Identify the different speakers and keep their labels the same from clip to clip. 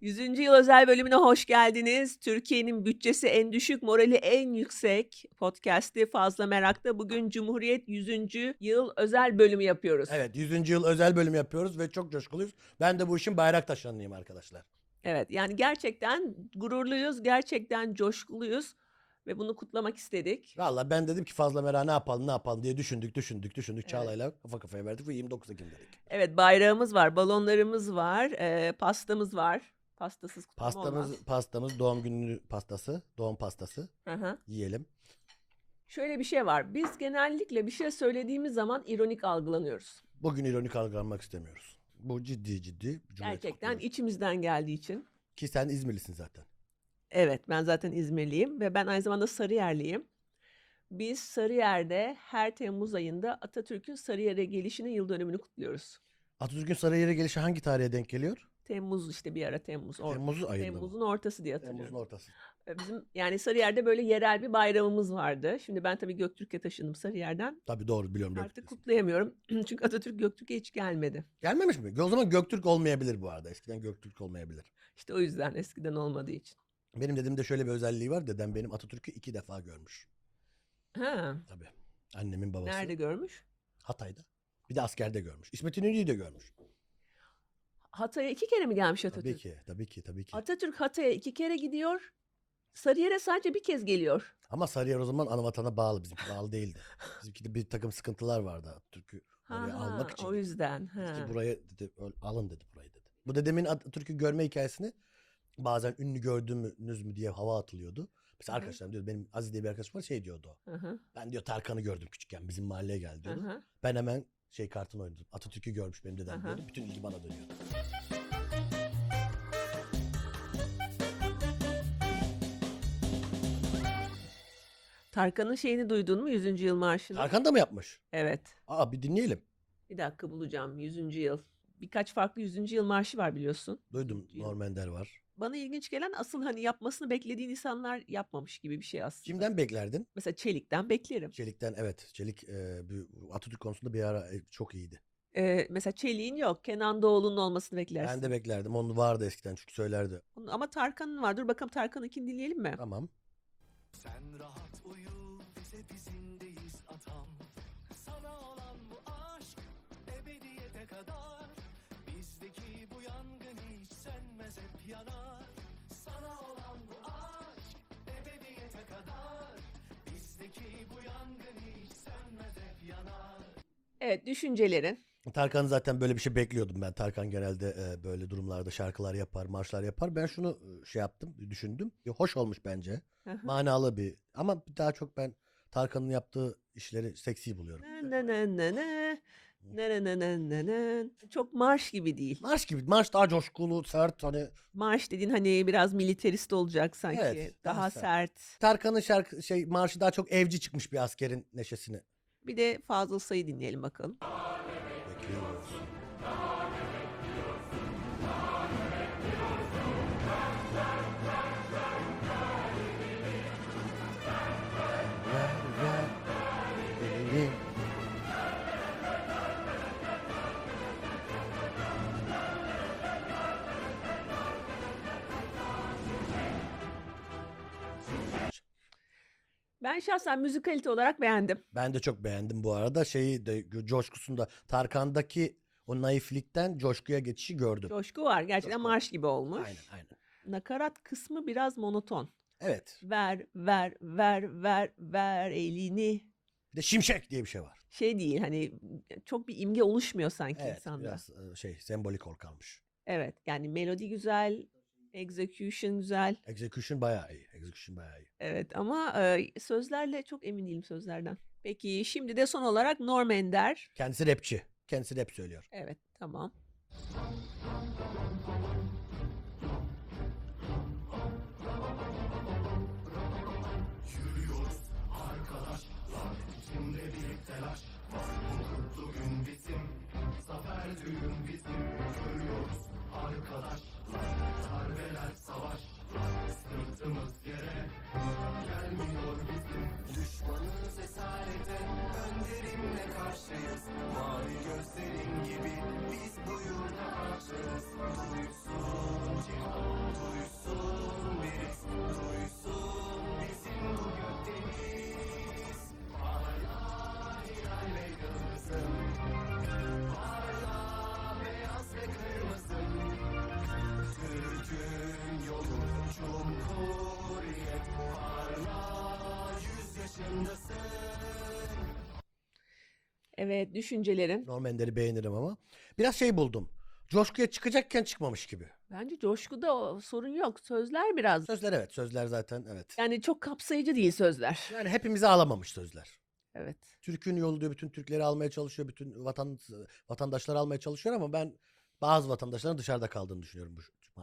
Speaker 1: 100. yıl özel bölümüne hoş geldiniz. Türkiye'nin bütçesi en düşük, morali en yüksek podcast'i Fazla Merak'ta. Bugün Cumhuriyet 100. yıl özel bölümü yapıyoruz.
Speaker 2: Evet 100. yıl özel bölüm yapıyoruz ve çok coşkuluyuz. Ben de bu işin bayrak taşlanıyım arkadaşlar.
Speaker 1: Evet yani gerçekten gururluyuz, gerçekten coşkuluyuz ve bunu kutlamak istedik.
Speaker 2: Valla ben dedim ki fazla merak ne yapalım ne yapalım diye düşündük düşündük düşündük.
Speaker 1: Evet.
Speaker 2: Çağla'yla kafa kafaya verdik ve 29 Ekim dedik.
Speaker 1: Evet bayrağımız var, balonlarımız var, eee, pastamız var. Pastasız kutlama
Speaker 2: Pastamız,
Speaker 1: olmaz.
Speaker 2: pastamız doğum günü pastası, doğum pastası
Speaker 1: Aha.
Speaker 2: yiyelim.
Speaker 1: Şöyle bir şey var. Biz genellikle bir şey söylediğimiz zaman ironik algılanıyoruz.
Speaker 2: Bugün ironik algılanmak istemiyoruz. Bu ciddi ciddi. Cumhuriyet
Speaker 1: Gerçekten
Speaker 2: kutluyoruz.
Speaker 1: içimizden geldiği için.
Speaker 2: Ki sen İzmirlisin zaten.
Speaker 1: Evet ben zaten İzmirliyim ve ben aynı zamanda Sarıyerliyim. Biz Sarıyer'de her Temmuz ayında Atatürk'ün Sarıyer'e gelişinin yıl dönümünü kutluyoruz.
Speaker 2: Atatürk'ün Sarıyer'e gelişi hangi tarihe denk geliyor?
Speaker 1: Temmuz işte bir ara Temmuz. or-
Speaker 2: Temmuz ayında mı?
Speaker 1: Temmuz'un ortası diye hatırlıyorum.
Speaker 2: Temmuz'un ortası.
Speaker 1: E, Bizim yani Sarıyer'de böyle yerel bir bayramımız vardı. Şimdi ben tabii Göktürk'e taşındım Sarıyer'den.
Speaker 2: Tabii doğru biliyorum. doğru
Speaker 1: Artık
Speaker 2: diyorsun.
Speaker 1: kutlayamıyorum. Çünkü Atatürk Göktürk'e hiç gelmedi.
Speaker 2: Gelmemiş mi? O zaman Göktürk olmayabilir bu arada. Eskiden Göktürk olmayabilir.
Speaker 1: İşte o yüzden eskiden olmadığı için.
Speaker 2: Benim dedemde şöyle bir özelliği var. Dedem benim Atatürk'ü iki defa görmüş.
Speaker 1: Ha,
Speaker 2: Tabii. Annemin babası.
Speaker 1: nerede görmüş?
Speaker 2: Hatay'da. Bir de askerde görmüş. İsmet İnönü'yü de görmüş.
Speaker 1: Hatay'a iki kere mi gelmiş Atatürk?
Speaker 2: Tabii ki, tabii ki, tabii ki.
Speaker 1: Atatürk Hatay'a iki kere gidiyor. Sarıyer'e sadece bir kez geliyor.
Speaker 2: Ama Sarıyer o zaman anavatana bağlı. Bizimki bağlı değildi. Bizimkide bir takım sıkıntılar vardı Atatürk'ü oraya almak için.
Speaker 1: o yüzden.
Speaker 2: Dedi
Speaker 1: Ha.
Speaker 2: ki buraya dedi, öl- alın dedi burayı dedi. Bu dedemin Atatürk'ü görme hikayesini bazen ünlü gördünüz mü diye hava atılıyordu. Mesela
Speaker 1: Hı hı.
Speaker 2: arkadaşlarım diyordu benim Aziz diye bir arkadaşım var şey diyordu o.
Speaker 1: Hı hı,
Speaker 2: Ben diyor Tarkan'ı gördüm küçükken bizim mahalleye geldi
Speaker 1: hı
Speaker 2: diyordu.
Speaker 1: hı.
Speaker 2: Ben hemen şey kartını oynadım. Atatürk'ü görmüş benim dedem
Speaker 1: Aha.
Speaker 2: diyordu. Bütün ilgi bana dönüyordu.
Speaker 1: Tarkan'ın şeyini duydun mu? 100. yıl marşını.
Speaker 2: Tarkan da mı yapmış?
Speaker 1: Evet.
Speaker 2: Aa bir dinleyelim.
Speaker 1: Bir dakika bulacağım. 100. yıl. Birkaç farklı 100. yıl marşı var biliyorsun.
Speaker 2: Duydum
Speaker 1: Yok.
Speaker 2: Normender var.
Speaker 1: Bana ilginç gelen asıl hani yapmasını beklediğin insanlar yapmamış gibi bir şey aslında.
Speaker 2: Kimden beklerdin?
Speaker 1: Mesela Çelik'ten beklerim.
Speaker 2: Çelik'ten evet. Çelik e, bu- Atatürk konusunda bir ara e, çok iyiydi.
Speaker 1: Ee, mesela Çelik'in yok. Kenan Doğulu'nun olmasını beklersin.
Speaker 2: Ben de beklerdim. Onu vardı eskiden çünkü söylerdi.
Speaker 1: Onun- Ama Tarkan'ın var. Dur bakalım Tarkan'ınkini dinleyelim mi?
Speaker 2: Tamam.
Speaker 3: Sen rahat uyu, bize bizimdeyiz atam. Sana olan bu aşk ebediyete kadar. Bizdeki bu yangın hiç sönmez hep yanar. Sana olan bu aşk ebediyete kadar. Bizdeki bu yangın hiç sönmez hep yanar.
Speaker 1: Evet düşüncelerin.
Speaker 2: Tarkan zaten böyle bir şey bekliyordum ben. Tarkan genelde e, böyle durumlarda şarkılar yapar, marşlar yapar. Ben şunu e, şey yaptım, düşündüm. E, Hoş olmuş bence.
Speaker 1: Hı hı.
Speaker 2: Manalı bir. Ama daha çok ben Tarkan'ın yaptığı işleri seksi buluyorum.
Speaker 1: Na na na na na. Na na na na na na. Çok marş gibi değil.
Speaker 2: Marş gibi. Marş daha coşkulu, sert hani.
Speaker 1: Marş dediğin hani biraz militarist olacak sanki.
Speaker 2: Evet,
Speaker 1: daha
Speaker 2: daha
Speaker 1: sert.
Speaker 2: sert. Tarkan'ın şarkı şey marşı daha çok evci çıkmış bir askerin neşesini.
Speaker 1: Bir de Fazıl Say'ı dinleyelim bakalım.
Speaker 2: Bekliyoruz.
Speaker 1: Ben şahsen müzikalite olarak beğendim.
Speaker 2: Ben de çok beğendim bu arada. Şeyi de coşkusunda Tarkan'daki o naiflikten coşkuya geçişi gördüm.
Speaker 1: Coşku var. Gerçekten
Speaker 2: Coşku.
Speaker 1: marş gibi olmuş.
Speaker 2: Aynen aynen.
Speaker 1: Nakarat kısmı biraz monoton.
Speaker 2: Evet.
Speaker 1: Ver, ver, ver, ver, ver elini.
Speaker 2: Bir de şimşek diye bir şey var.
Speaker 1: Şey değil hani çok bir imge oluşmuyor sanki
Speaker 2: Evet.
Speaker 1: insanda.
Speaker 2: Biraz e, şey sembolik ol kalmış.
Speaker 1: Evet yani melodi güzel, execution güzel.
Speaker 2: Execution bayağı iyi. Execution bayağı iyi.
Speaker 1: Evet ama e, sözlerle çok emin değilim sözlerden. Peki şimdi de son olarak Norm Ender.
Speaker 2: Kendisi rapçi. Kendisi rap söylüyor.
Speaker 1: Evet tamam. Evet düşüncelerin.
Speaker 2: Norm Ender'i beğenirim ama. Biraz şey buldum. Coşkuya çıkacakken çıkmamış gibi.
Speaker 1: Bence coşkuda o- sorun yok. Sözler biraz.
Speaker 2: Sözler evet. Sözler zaten evet.
Speaker 1: Yani çok kapsayıcı değil sözler.
Speaker 2: Yani hepimizi ağlamamış sözler.
Speaker 1: Evet.
Speaker 2: Türk'ün yolu diyor bütün Türkleri almaya çalışıyor. Bütün vatan, vatandaşları almaya çalışıyor ama ben bazı vatandaşların dışarıda kaldığını düşünüyorum bu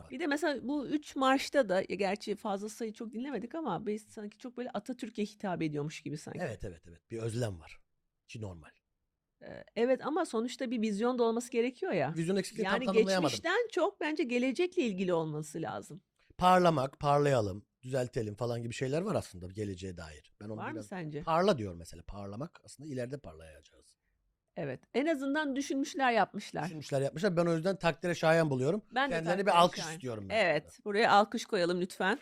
Speaker 1: Bir de mesela bu üç marşta da ya gerçi fazla sayı çok dinlemedik ama biz sanki çok böyle Atatürk'e hitap ediyormuş gibi sanki.
Speaker 2: Evet evet evet. Bir özlem var. Ki normal.
Speaker 1: Ee, evet ama sonuçta bir vizyon da olması gerekiyor ya.
Speaker 2: Vizyon eksikliği
Speaker 1: Yani
Speaker 2: tam tanımlayamadım.
Speaker 1: geçmişten çok bence gelecekle ilgili olması lazım.
Speaker 2: Parlamak, parlayalım, düzeltelim falan gibi şeyler var aslında geleceğe dair. Ben onu
Speaker 1: Var mı
Speaker 2: biraz...
Speaker 1: sence?
Speaker 2: Parla diyor mesela. Parlamak aslında ileride parlayacağız.
Speaker 1: Evet. En azından düşünmüşler yapmışlar.
Speaker 2: Düşünmüşler yapmışlar. Ben o yüzden takdire şayan buluyorum.
Speaker 1: Ben de
Speaker 2: Kendilerine
Speaker 1: takdire
Speaker 2: bir alkış
Speaker 1: şayan.
Speaker 2: istiyorum ben.
Speaker 1: Evet. Buraya alkış koyalım lütfen.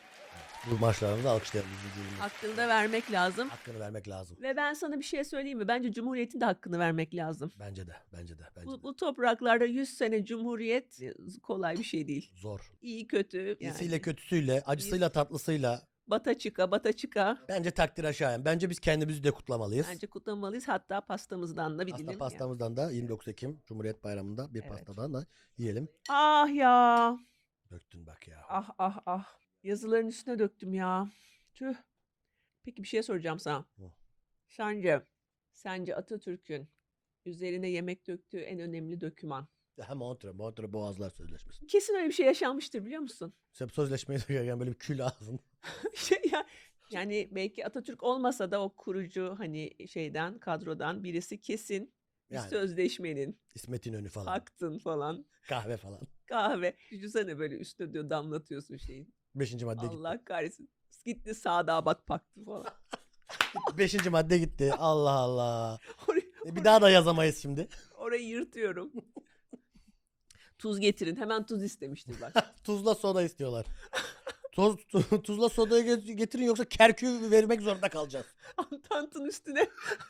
Speaker 2: Bu maçlarımızı alkışlayalım. Üzücüğümüz.
Speaker 1: Hakkını da vermek lazım.
Speaker 2: Hakkını vermek lazım.
Speaker 1: Ve ben sana bir şey söyleyeyim mi? Bence Cumhuriyet'in de hakkını vermek lazım.
Speaker 2: Bence de. Bence de. Bence
Speaker 1: Bu,
Speaker 2: de.
Speaker 1: bu topraklarda 100 sene Cumhuriyet e, kolay bir şey değil.
Speaker 2: Zor.
Speaker 1: İyi kötü.
Speaker 2: İyisiyle
Speaker 1: yani.
Speaker 2: kötüsüyle, acısıyla tatlısıyla
Speaker 1: Bata çıka, bata çıka.
Speaker 2: bence takdire şayan. Bence biz kendimizi de kutlamalıyız.
Speaker 1: Bence kutlamalıyız. Hatta pastamızdan da bir dilim.
Speaker 2: Pasta
Speaker 1: yani.
Speaker 2: pastamızdan da 29 Ekim Cumhuriyet Bayramı'nda bir
Speaker 1: Evet.
Speaker 2: pastadan da yiyelim.
Speaker 1: Ah ya.
Speaker 2: Döktün bak ya.
Speaker 1: Ah ah ah. Yazıların üstüne döktüm ya. Tüh. Peki bir şey soracağım sana.
Speaker 2: Hı.
Speaker 1: Sence, sence Atatürk'ün üzerine yemek döktüğü en önemli döküman.
Speaker 2: Hem Montre, Montre Boğazlar Sözleşmesi.
Speaker 1: Kesin öyle bir şey yaşanmıştır biliyor musun?
Speaker 2: Sen bu sözleşmeyi duyarken böyle bir kül ağzın.
Speaker 1: Şey ya- yani belki Atatürk olmasa da o kurucu hani şeyden kadrodan birisi kesin bir
Speaker 2: Yani.
Speaker 1: sözleşmenin,
Speaker 2: İsmet İnönü falan.
Speaker 1: paktın falan,
Speaker 2: Kahve falan.
Speaker 1: kahve. Düşünsene böyle üstüne diyor damlatıyorsun şeyi.
Speaker 2: Beşinci madde gitti.
Speaker 1: Allah kahretsin. Gitti sağda bak paktı falan.
Speaker 2: Beşinci madde gitti. Allah Allah.
Speaker 1: Orayı,
Speaker 2: E, Bir daha da yazamayız şimdi.
Speaker 1: orayı yırtıyorum. tuz getirin. Hemen tuz istemiştir bak.
Speaker 2: Tuzla soda istiyorlar. Toz, tu- tuzla sodayı get- getirin yoksa kerküğü vermek zorunda kalacağız.
Speaker 1: Antantın üstüne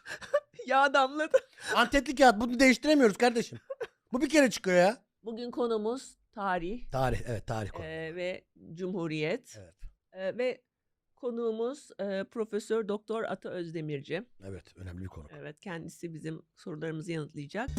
Speaker 1: yağ damladı.
Speaker 2: Antetli kağıt bunu değiştiremiyoruz kardeşim. Bu bir kere çıkıyor ya.
Speaker 1: Bugün konumuz tarih
Speaker 2: Tarih evet tarih konu.
Speaker 1: eee, ve cumhuriyet.
Speaker 2: Evet.
Speaker 1: Eee, ve konuğumuz eee, Profesör Doktor Ata Özdemirci.
Speaker 2: Evet önemli bir konu.
Speaker 1: Evet kendisi bizim sorularımızı yanıtlayacak.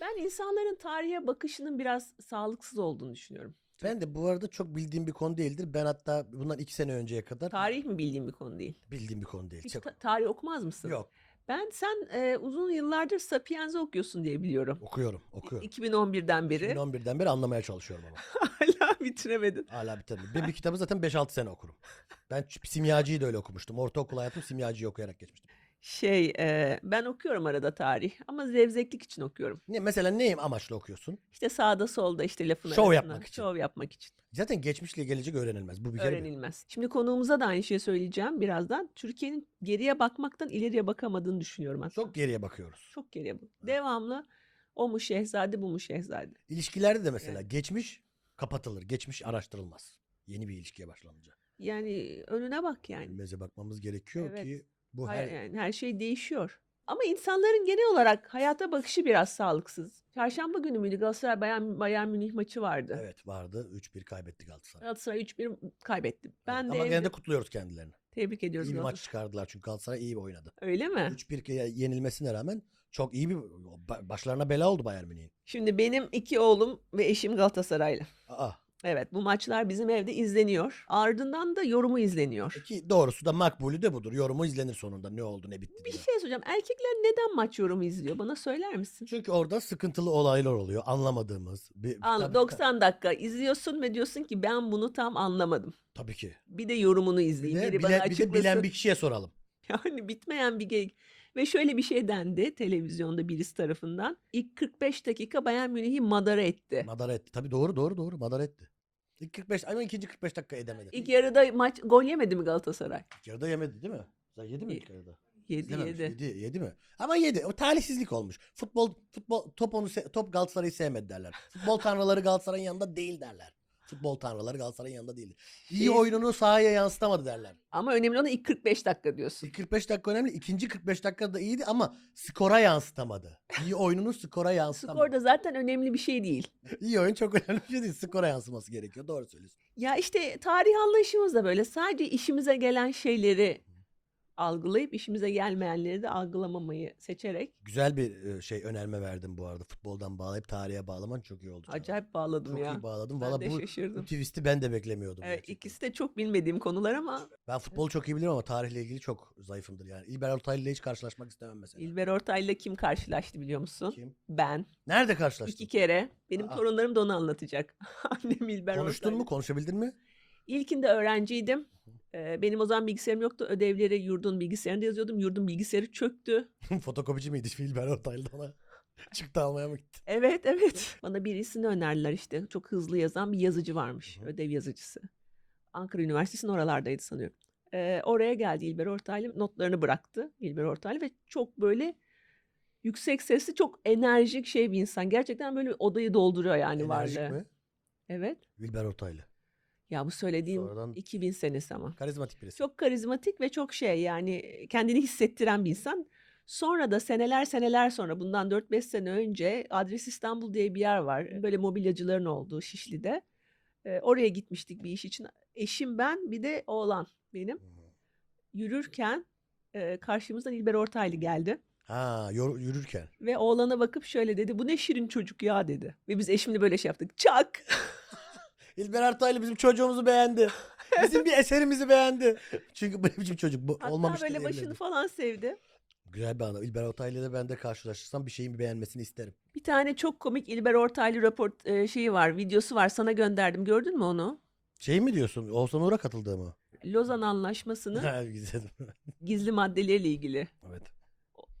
Speaker 1: Ben insanların tarihe bakışının biraz sağlıksız olduğunu düşünüyorum.
Speaker 2: Ben de bu arada çok bildiğim bir konu değildir. Ben hatta bundan iki sene önceye kadar
Speaker 1: Tarih mi bildiğim bir konu değil?
Speaker 2: bildiğim bir konu değil.
Speaker 1: Hiç
Speaker 2: Çok-
Speaker 1: ta- tarih okumaz mısın?
Speaker 2: Yok
Speaker 1: Ben sen eee, uzun yıllardır Sapienza okuyorsun diye biliyorum.
Speaker 2: okuyorum okuyorum.
Speaker 1: 2011'den beri
Speaker 2: 2011'den beri anlamaya çalışıyorum ama.
Speaker 1: hala bitiremedin.
Speaker 2: Hala bitirmedim. Ben bir kitabı zaten 5-6 sene okurum. Ben ç- simyacıyı da öyle okumuştum. Ortaokul hayatım simyacıyı okuyarak geçmiştim.
Speaker 1: Şey eee, ben okuyorum arada tarih ama zevzeklik için okuyorum.
Speaker 2: Ne, mesela neyim amaçlı okuyorsun?
Speaker 1: İşte sağda solda işte lafın
Speaker 2: Şov
Speaker 1: arasına,
Speaker 2: yapmak için.
Speaker 1: Şov yapmak için.
Speaker 2: Zaten geçmişle gelecek öğrenilmez. Bu bir kere bir-
Speaker 1: Öğrenilmez. Şimdi konuğumuza da aynı şeyi söyleyeceğim birazdan. Türkiye'nin geriye bakmaktan ileriye bakamadığını düşünüyorum ben.
Speaker 2: Çok geriye bakıyoruz.
Speaker 1: Çok geriye bak. Devamlı o mu şehzade bu mu şehzade.
Speaker 2: İlişkilerde de mesela geçmiş kapatılır. Geçmiş araştırılmaz. Yeni bir ilişkiye başlanınca.
Speaker 1: Yani önüne bak yani.
Speaker 2: Bilmeze bakmamız gerekiyor
Speaker 1: Evet.
Speaker 2: ki bu
Speaker 1: Hay-
Speaker 2: her
Speaker 1: yani her şey değişiyor. Ama insanların genel olarak hayata bakışı biraz sağlıksız. Çarşamba günü müydü Galatasaray Bayern, Bayern Münih maçı vardı.
Speaker 2: Evet vardı. 3-1 kaybetti Galatasaray.
Speaker 1: Galatasaray 3-1 kaybetti. Ben
Speaker 2: Evet,
Speaker 1: de
Speaker 2: Ama
Speaker 1: evde-
Speaker 2: gene de kutluyoruz kendilerini.
Speaker 1: tebrik ediyoruz.
Speaker 2: İyi bir maç
Speaker 1: Galatasaray.
Speaker 2: çıkardılar çünkü Galatasaray iyi bir oynadı.
Speaker 1: Öyle mi?
Speaker 2: 3-1 ke- yenilmesine rağmen çok iyi bir ba- başlarına bela oldu Bayern Münih'in.
Speaker 1: Şimdi benim iki oğlum ve eşim Galatasaraylı.
Speaker 2: Aa,
Speaker 1: Evet bu maçlar bizim evde izleniyor. Ardından da yorumu izleniyor.
Speaker 2: ki doğrusu da makbulü de budur. Yorumu izlenir sonunda ne oldu ne bitti
Speaker 1: Bir
Speaker 2: diye.
Speaker 1: şey soracağım. Erkekler neden maç yorumu izliyor? Bana söyler misin?
Speaker 2: Çünkü orada sıkıntılı olaylar oluyor anlamadığımız. Bir,
Speaker 1: An-
Speaker 2: tabii,
Speaker 1: 90 dakika izliyorsun ve diyorsun ki ben bunu tam anlamadım.
Speaker 2: tabii ki.
Speaker 1: Bir de yorumunu
Speaker 2: Bir
Speaker 1: izleyeyim.
Speaker 2: de,
Speaker 1: Biri
Speaker 2: bile-
Speaker 1: bana
Speaker 2: bir de bilen
Speaker 1: açıklasın.
Speaker 2: bir kişiye soralım.
Speaker 1: Yani bitmeyen bir geyik. Ve şöyle bir şey dendi televizyonda birisi tarafından. İlk 45 dakika Bayern Münih'i madara etti.
Speaker 2: Madara etti. Tabii doğru doğru doğru madara etti. İlk 45 ama ikinci 45 dakika edemedi.
Speaker 1: İlk yarıda maç gol yemedi mi Galatasaray?
Speaker 2: İlk yarıda yemedi değil mi? Sen yedi mi ilk yarıda?
Speaker 1: 7
Speaker 2: İzlememiş.
Speaker 1: 7.
Speaker 2: Yedi, yedi mi? Ama yedi. O talihsizlik olmuş. Futbol futbol top onu se- top Galatasaray'ı sevmedi derler. Futbol tanrıları Galatasaray'ın yanında değil derler. Futbol tanrıları Galatasaray'ın yanında değil. İyi
Speaker 1: Şey-
Speaker 2: oyununu sahaya yansıtamadı derler.
Speaker 1: Ama önemli olan ilk 45 dakika diyorsun.
Speaker 2: İlk 45 dakika önemli. İkinci 45 dakika da iyiydi ama skora yansıtamadı. İyi oyununu skora yansıtamadı.
Speaker 1: Skor da zaten önemli bir şey değil.
Speaker 2: İyi oyun çok önemli bir şey değil. Skora yansıması gerekiyor. Doğru söylüyorsun.
Speaker 1: Ya işte tarih anlayışımız da böyle. Sadece işimize gelen şeyleri algılayıp işimize gelmeyenleri de algılamamayı seçerek
Speaker 2: Güzel bir e, şey önerme verdim bu arada. Futboldan bağlayıp tarihe bağlaman çok iyi oldu. canım.
Speaker 1: acayip bağladım
Speaker 2: çok
Speaker 1: ya.
Speaker 2: iyi bağladım.
Speaker 1: ben
Speaker 2: Valla
Speaker 1: de
Speaker 2: bu, bu
Speaker 1: şaşırdım.
Speaker 2: twist'i ben de beklemiyordum.
Speaker 1: Evet,
Speaker 2: gerçekten.
Speaker 1: ikisi de çok bilmediğim konular ama
Speaker 2: Ben futbolu çok iyi bilirim ama tarihle ilgili çok zayıfımdır yani. İlber Ortaylı ile hiç karşılaşmak istemem mesela.
Speaker 1: İlber Ortaylı'yla kim karşılaştı biliyor musun?
Speaker 2: Kim?
Speaker 1: Ben.
Speaker 2: Nerede karşılaştın?
Speaker 1: iki kere. Benim
Speaker 2: Aa.
Speaker 1: torunlarım da onu anlatacak. Annem İlber
Speaker 2: Konuştun
Speaker 1: Ortaylı.
Speaker 2: mu? Konuşabildin mi?
Speaker 1: İlkinde öğrenciydim. Ee, benim o zaman bilgisayarım yoktu. Ödevleri yurdun bilgisayarında yazıyordum. Yurdun bilgisayarı çöktü.
Speaker 2: Fotokopici miydi şimdi İlber Ortaylı ona? Çıktı almaya mı gitti?
Speaker 1: Evet evet. Bana birisini önerdiler işte. Çok hızlı yazan bir yazıcı varmış.
Speaker 2: Hı hı.
Speaker 1: Ödev yazıcısı. Ankara Üniversitesi'nin oralardaydı sanıyorum. Ee, oraya geldi İlber Ortaylı. Notlarını bıraktı İlber Ortaylı ve çok böyle yüksek sesli çok enerjik şey bir insan. Gerçekten böyle odayı dolduruyor yani
Speaker 2: Enerjik
Speaker 1: varlığı.
Speaker 2: mi?
Speaker 1: Evet.
Speaker 2: İlber Ortaylı.
Speaker 1: Ya bu söylediğim
Speaker 2: Sonradan-
Speaker 1: 2000 senesi ama.
Speaker 2: Karizmatik birisi.
Speaker 1: Çok karizmatik ve çok şey yani kendini hissettiren bir insan. Sonra da seneler seneler sonra bundan 4-5 sene önce Adres İstanbul diye bir yer var. Böyle mobilyacıların olduğu Şişli'de. Ee, oraya gitmiştik bir iş için. Eşim ben bir de oğlan benim.
Speaker 2: Hı hı.
Speaker 1: Yürürken e, karşımızdan İlber Ortaylı geldi.
Speaker 2: Ha yor- yürürken.
Speaker 1: Ve oğlana bakıp şöyle dedi bu ne şirin çocuk ya dedi. Ve biz eşimle böyle şey yaptık. Çak!
Speaker 2: İlber Ortaylı bizim çocuğumuzu beğendi. Bizim bir eserimizi beğendi. Çünkü bu ne biçim çocuk bu
Speaker 1: Hatta
Speaker 2: olmamış
Speaker 1: böyle
Speaker 2: diyebilirdim.
Speaker 1: başını falan sevdi.
Speaker 2: Güzel bir anı. İlber Ortaylı'yla ben de karşılaşırsam bir şeyimi beğenmesini isterim.
Speaker 1: Bir tane çok komik İlber Ortaylı raport e, şeyi var, videosu var. Sana gönderdim. Gördün mü onu?
Speaker 2: Şey mi diyorsun? Oğuzhan Uğur'a katıldığı mı?
Speaker 1: Lozan Anlaşması'nın
Speaker 2: Ha, güzel.
Speaker 1: gizli maddeleriyle ilgili.
Speaker 2: evet.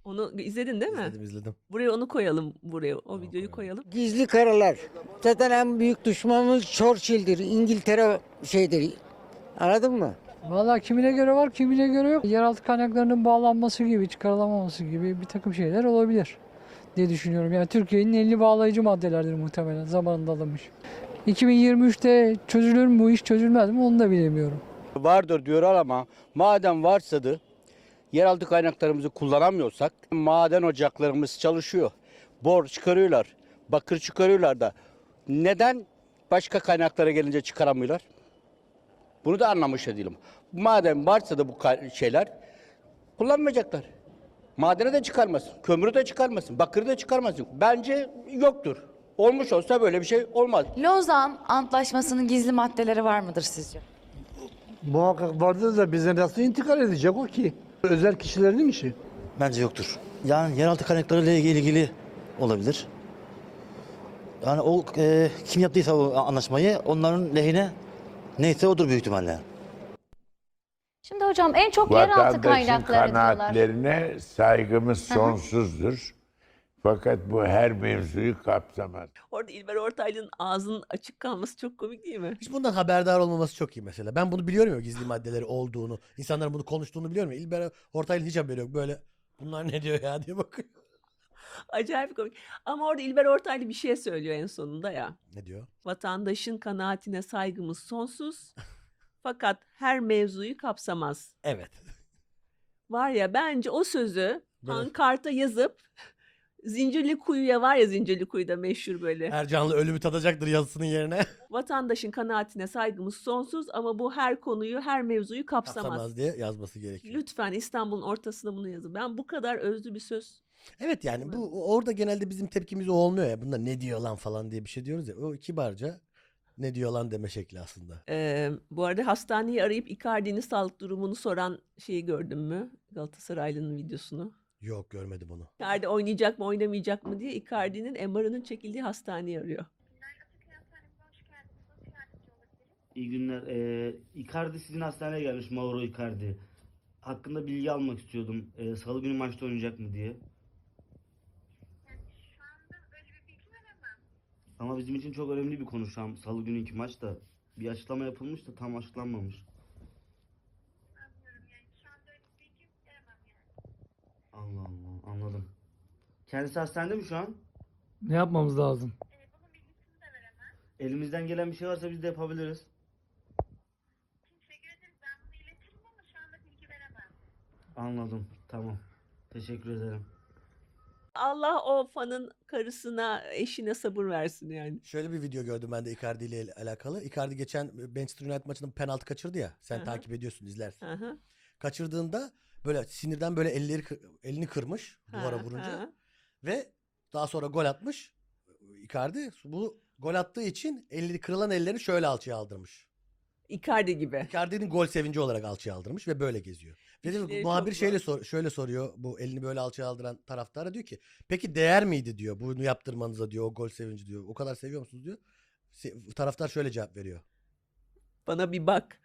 Speaker 1: Onu izledin değil mi?
Speaker 2: izledim izledim.
Speaker 1: Buraya onu koyalım buraya. O
Speaker 2: Tamam,
Speaker 1: videoyu
Speaker 2: koyalım.
Speaker 1: koyalım.
Speaker 4: Gizli karalar. Zaten en büyük düşmanımız Churchill'dir. İngiltere şeydir. Anladın mı?
Speaker 5: Valla kimine göre var, kimine göre yok. Yeraltı kaynaklarının bağlanması gibi, çıkarılamaması gibi bir takım şeyler olabilir diye düşünüyorum. Yani Türkiye'nin 50 bağlayıcı maddelerdir muhtemelen zamanında alınmış. 2023'te çözülür mü bu iş, çözülmez mi onu da bilemiyorum.
Speaker 6: Vardır diyorlar ama madem varsadı yeraltı kaynaklarımızı kullanamıyorsak maden ocaklarımız çalışıyor. Bor çıkarıyorlar, bakır çıkarıyorlar da neden başka kaynaklara gelince çıkaramıyorlar? Bunu da anlamış değilim. Madem varsa da bu ka- şeyler kullanmayacaklar. Madene de çıkarmasın, kömürü de çıkarmasın, bakırı da çıkarmasın. Bence yoktur. Olmuş olsa böyle bir şey olmaz.
Speaker 7: Lozan Antlaşması'nın gizli maddeleri var mıdır sizce?
Speaker 8: Muhakkak vardır da bize nasıl intikal edecek o ki? Özel kişilerin işi.
Speaker 9: Bence yoktur. Yani yeraltı kaynaklarıyla ilgili, ilgili olabilir. Yani o e, kim yaptıysa o anlaşmayı onların lehine neyse odur büyük ihtimalle.
Speaker 10: Şimdi hocam en çok yeraltı
Speaker 11: Vatandaşın
Speaker 10: kaynakları diyorlar.
Speaker 11: kanaatlerine saygımız sonsuzdur. Fakat bu her mevzuyu kapsamaz.
Speaker 1: Orada İlber Ortaylı'nın ağzının açık kalması çok komik değil mi?
Speaker 2: Hiç bundan haberdar olmaması çok iyi mesela. Ben bunu biliyorum ya gizli maddeleri olduğunu. insanların bunu konuştuğunu biliyorum ya. İlber Ortaylı'nın hiç haberi yok. Böyle bunlar ne diyor ya diye bakıyor.
Speaker 1: Acayip komik. Ama orada İlber Ortaylı bir şey söylüyor en sonunda ya.
Speaker 2: Ne diyor?
Speaker 1: Vatandaşın kanaatine saygımız sonsuz. Fakat her mevzuyu kapsamaz.
Speaker 2: Evet.
Speaker 1: Var ya bence o sözü
Speaker 2: Böyle.
Speaker 1: pankarta yazıp Zincirli Kuyu'ya var ya Zincirli Kuyu'da meşhur böyle.
Speaker 2: Ercanlı ölümü tadacaktır yazısının yerine.
Speaker 1: Vatandaşın kanaatine saygımız sonsuz ama bu her konuyu, her mevzuyu kapsamaz.
Speaker 2: Kapsamaz diye yazması gerekiyor.
Speaker 1: Lütfen İstanbul'un ortasına bunu yazın. Ben bu kadar özlü bir söz.
Speaker 2: Evet yani bu orada genelde bizim tepkimiz o olmuyor ya. Bunda ne diyor lan falan diye bir şey diyoruz ya. O kibarca ne diyor lan deme şekli aslında.
Speaker 1: Ee, bu arada hastaneyi arayıp Icardi'nin sağlık durumunu soran şeyi gördün mü? Galatasaraylı'nın videosunu.
Speaker 2: Yok görmedim onu.
Speaker 1: Icardi oynayacak mı oynamayacak mı diye Icardi'nin MR'ının çekildiği hastaneyi arıyor.
Speaker 9: İyi günler. Ee, Icardi sizin hastaneye gelmiş Mauro Icardi. Hakkında bilgi almak istiyordum. Ee, Salı günü maçta oynayacak mı diye. Ama bizim için çok önemli bir konu şu an. Salı günkü maçta. Bir açıklama yapılmış da tam açıklanmamış. Allah Allah anladım. Kendisi hastanede mi şu an?
Speaker 5: Ne yapmamız lazım?
Speaker 9: Elimizden gelen bir şey varsa biz de yapabiliriz. Anladım. Tamam. Teşekkür ederim.
Speaker 1: Allah o fanın karısına, eşine sabır versin yani.
Speaker 2: Şöyle bir video gördüm ben de Icardi ile e, al- alakalı. Icardi geçen Manchester United maçının penaltı kaçırdı ya. Sen
Speaker 1: Aha.
Speaker 2: takip ediyorsun izlersin.
Speaker 1: Aha.
Speaker 2: Kaçırdığında böyle sinirden böyle elleri kır- elini kırmış duvara
Speaker 1: Ha,
Speaker 2: vurunca
Speaker 1: ha.
Speaker 2: ve daha sonra gol atmış. Icardi bu gol attığı için elleri kırılan ellerini şöyle alçıya aldırmış.
Speaker 1: Icardi gibi.
Speaker 2: Icardi'nin gol sevinci olarak alçıya aldırmış ve böyle geziyor. Ve de
Speaker 1: İşleri
Speaker 2: muhabir
Speaker 1: çok
Speaker 2: şeyle sor- şöyle soruyor bu elini böyle alçıya aldıran taraftara diyor ki peki değer miydi diyor bunu yaptırmanıza diyor o gol sevinci diyor. O kadar seviyor musunuz diyor. Se- taraftar şöyle cevap veriyor.
Speaker 1: Bana bir bak.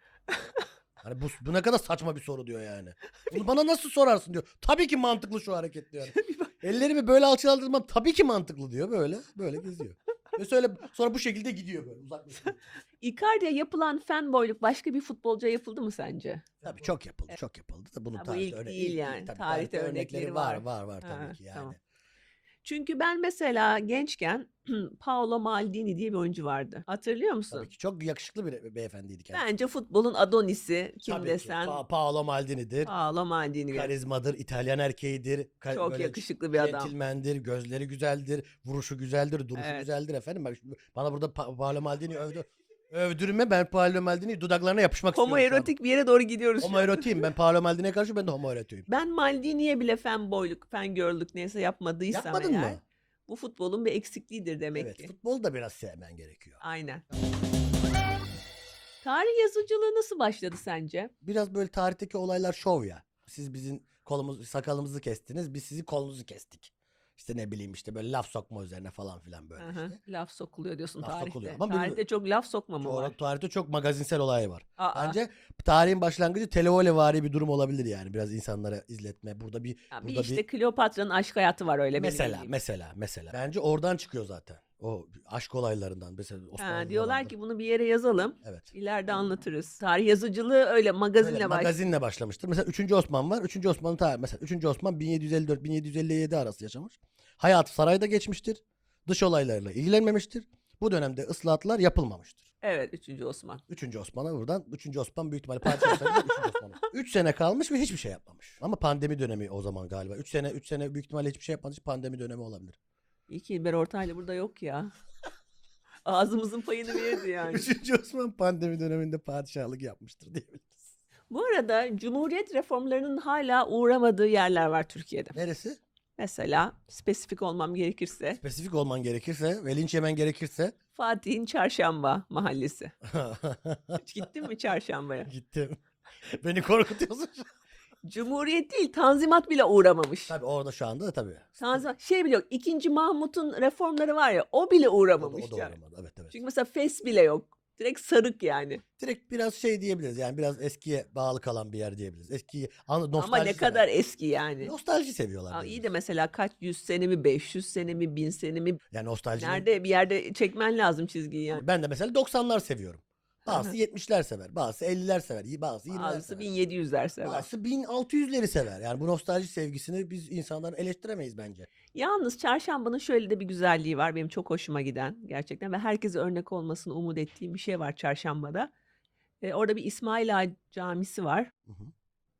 Speaker 2: Hani bu, bu ne kadar saçma bir soru diyor yani. Bunu bana nasıl sorarsın diyor. Tabii ki mantıklı şu hareket diyor. Yani. Ellerimi böyle alçalandırmam tabii ki mantıklı diyor böyle. Böyle geziyor. Ve söyle sonra bu şekilde gidiyor böyle uzaklaşıyor.
Speaker 1: Icardi'ye yapılan fanboyluk başka bir futbolcuya yapıldı mı sence?
Speaker 2: Tabii çok yapıldı. Çok yapıldı da bunun
Speaker 1: Ha, bu
Speaker 2: tarihte
Speaker 1: ilk
Speaker 2: örne-
Speaker 1: değil
Speaker 2: ilk-
Speaker 1: yani.
Speaker 2: ilk- tabii
Speaker 1: tarihte, örnekleri var.
Speaker 2: var var tabii
Speaker 1: Ha,
Speaker 2: ki yani.
Speaker 1: tamam. Çünkü ben mesela gençken Paolo Maldini diye bir oyuncu vardı. Hatırlıyor musun?
Speaker 2: Tabii ki çok yakışıklı bir beyefendiydi kendisi.
Speaker 1: Bence futbolun Adonis'i kim
Speaker 2: Tabii ki.
Speaker 1: desen
Speaker 2: Pa- Paolo Maldini'dir.
Speaker 1: Paolo Maldini.
Speaker 2: Karizmadır, İtalyan erkeğidir. ka-
Speaker 1: Çok yakışıklı bir adam.
Speaker 2: Centilmendir, gözleri güzeldir, vuruşu güzeldir, duruşu
Speaker 1: Evet.
Speaker 2: güzeldir efendim. Bak şimdi bana burada Pa- Paolo Maldini övdü. Övdürme ben Paolo Maldini dudaklarına yapışmak
Speaker 1: Homo
Speaker 2: istiyorum.
Speaker 1: erotik bir yere doğru gidiyoruz. şu an.
Speaker 2: Homo erotiyim. Ben Paolo Maldini'ye karşı ben de homo erotiyim.
Speaker 1: Ben Maldini'ye bile fanboyluk, fangirl'lük neyse yapmadıysam
Speaker 2: Yapmadın
Speaker 1: eğer,
Speaker 2: mı?
Speaker 1: bu futbolun bir eksikliğidir demek
Speaker 2: Evet,
Speaker 1: ki.
Speaker 2: futbolu da biraz sevmen gerekiyor.
Speaker 1: Aynen. Tarih yazıcılığı nasıl başladı sence?
Speaker 2: Biraz böyle tarihteki olaylar şov ya. Siz bizim kolumuz, sakalımızı kestiniz, biz sizin kolunuzu kestik. İşte ne bileyim işte böyle laf sokma üzerine falan filan böyle.
Speaker 1: Aha, Laf sokuluyor diyorsun
Speaker 2: Laf
Speaker 1: tarihte.
Speaker 2: sokuluyor ama
Speaker 1: tarihte
Speaker 2: bilmiyorum.
Speaker 1: çok laf sokma mı
Speaker 2: Çoğu-
Speaker 1: var?
Speaker 2: Tarihte çok magazinsel olay var.
Speaker 1: Aa.
Speaker 2: Bence tarihin başlangıcı televolevari bir durum olabilir yani biraz insanlara izletme. Burada bir
Speaker 1: Ya bir
Speaker 2: burada
Speaker 1: işte Kleopatra'nın aşk hayatı var öyle benim
Speaker 2: mesela
Speaker 1: bildiğim.
Speaker 2: mesela mesela. Bence oradan çıkıyor zaten. O aşk olaylarından mesela Osmanlı
Speaker 1: Ha, diyorlar ki bunu bir yere yazalım.
Speaker 2: Evet.
Speaker 1: İleride anlatırız. Tarih yazıcılığı öyle magazinle
Speaker 2: Öyle,
Speaker 1: baş-
Speaker 2: magazinle başlamıştır. Mesela 3. Osman var. 3. Osman'ın tarihi mesela 3. Osman 1754-1757 arası yaşamış. Hayatı sarayda geçmiştir. Dış olaylarla ilgilenmemiştir. Bu dönemde ıslahatlar yapılmamıştır.
Speaker 1: Evet 3. Osman.
Speaker 2: 3. Osman'a buradan 3. Osman büyük ihtimalle padişahlarından 3. Osman'a. 3 sene kalmış ve hiçbir şey yapmamış. Ama pandemi dönemi o zaman galiba. 3 sene 3 sene büyük ihtimalle hiçbir şey yapmadığı için pandemi dönemi olabilir.
Speaker 1: İyi ki İlber Ortaylı burada yok ya. Ağzımızın payını verdi yani.
Speaker 2: 3. Osman pandemi döneminde padişahlık yapmıştır diyebiliriz.
Speaker 1: Bu arada Cumhuriyet reformlarının hala uğramadığı yerler var Türkiye'de.
Speaker 2: Neresi?
Speaker 1: Mesela spesifik olmam gerekirse
Speaker 2: Spesifik olman gerekirse ve linç yemen gerekirse
Speaker 1: Fatih'in Çarşamba Mahallesi. Hiç gittin mi Çarşamba'ya?
Speaker 2: gittim. Beni korkutuyorsun. şu an.
Speaker 1: Cumhuriyet değil Tanzimat bile uğramamış.
Speaker 2: tabii orada şu anda da tabii.
Speaker 1: Tanzimat şey bile yok. İkinci Mahmut'un reformları var ya o bile
Speaker 2: O da,
Speaker 1: uğramamış.
Speaker 2: o da
Speaker 1: yani.
Speaker 2: uğramadı. Evet evet.
Speaker 1: Çünkü mesela fes bile yok. Direkt sarık yani.
Speaker 2: Direkt biraz şey diyebiliriz yani biraz eskiye bağlı kalan bir yer diyebiliriz. Eskiyi an- nostalji
Speaker 1: Ama ne
Speaker 2: sever.
Speaker 1: kadar eski yani.
Speaker 2: Nostalji seviyorlar.
Speaker 1: Aa, iyi
Speaker 2: diyebiliriz.
Speaker 1: de mesela kaç yüz sene mi, 500 sene mi, 1000 sene mi?
Speaker 2: Yani nostalji.
Speaker 1: Nerede bir yerde çekmen lazım çizgiyi yani.
Speaker 2: Ben de mesela 90'lar seviyorum. Bazısı
Speaker 1: Aha.
Speaker 2: 70'ler sever, bazısı 50'ler sever, bazısı 20'ler
Speaker 1: Bazısı
Speaker 2: sever.
Speaker 1: 1700'ler sever.
Speaker 2: Bazısı 1600'leri sever. Yani bu nostalji sevgisini biz insanların eleştiremeyiz bence.
Speaker 1: Yalnız çarşambanın şöyle de bir güzelliği var. Benim çok hoşuma giden gerçekten ve herkese örnek olmasını umut ettiğim bir şey var çarşambada. E, orada bir İsmail Ağa camisi var.
Speaker 2: Hı hı.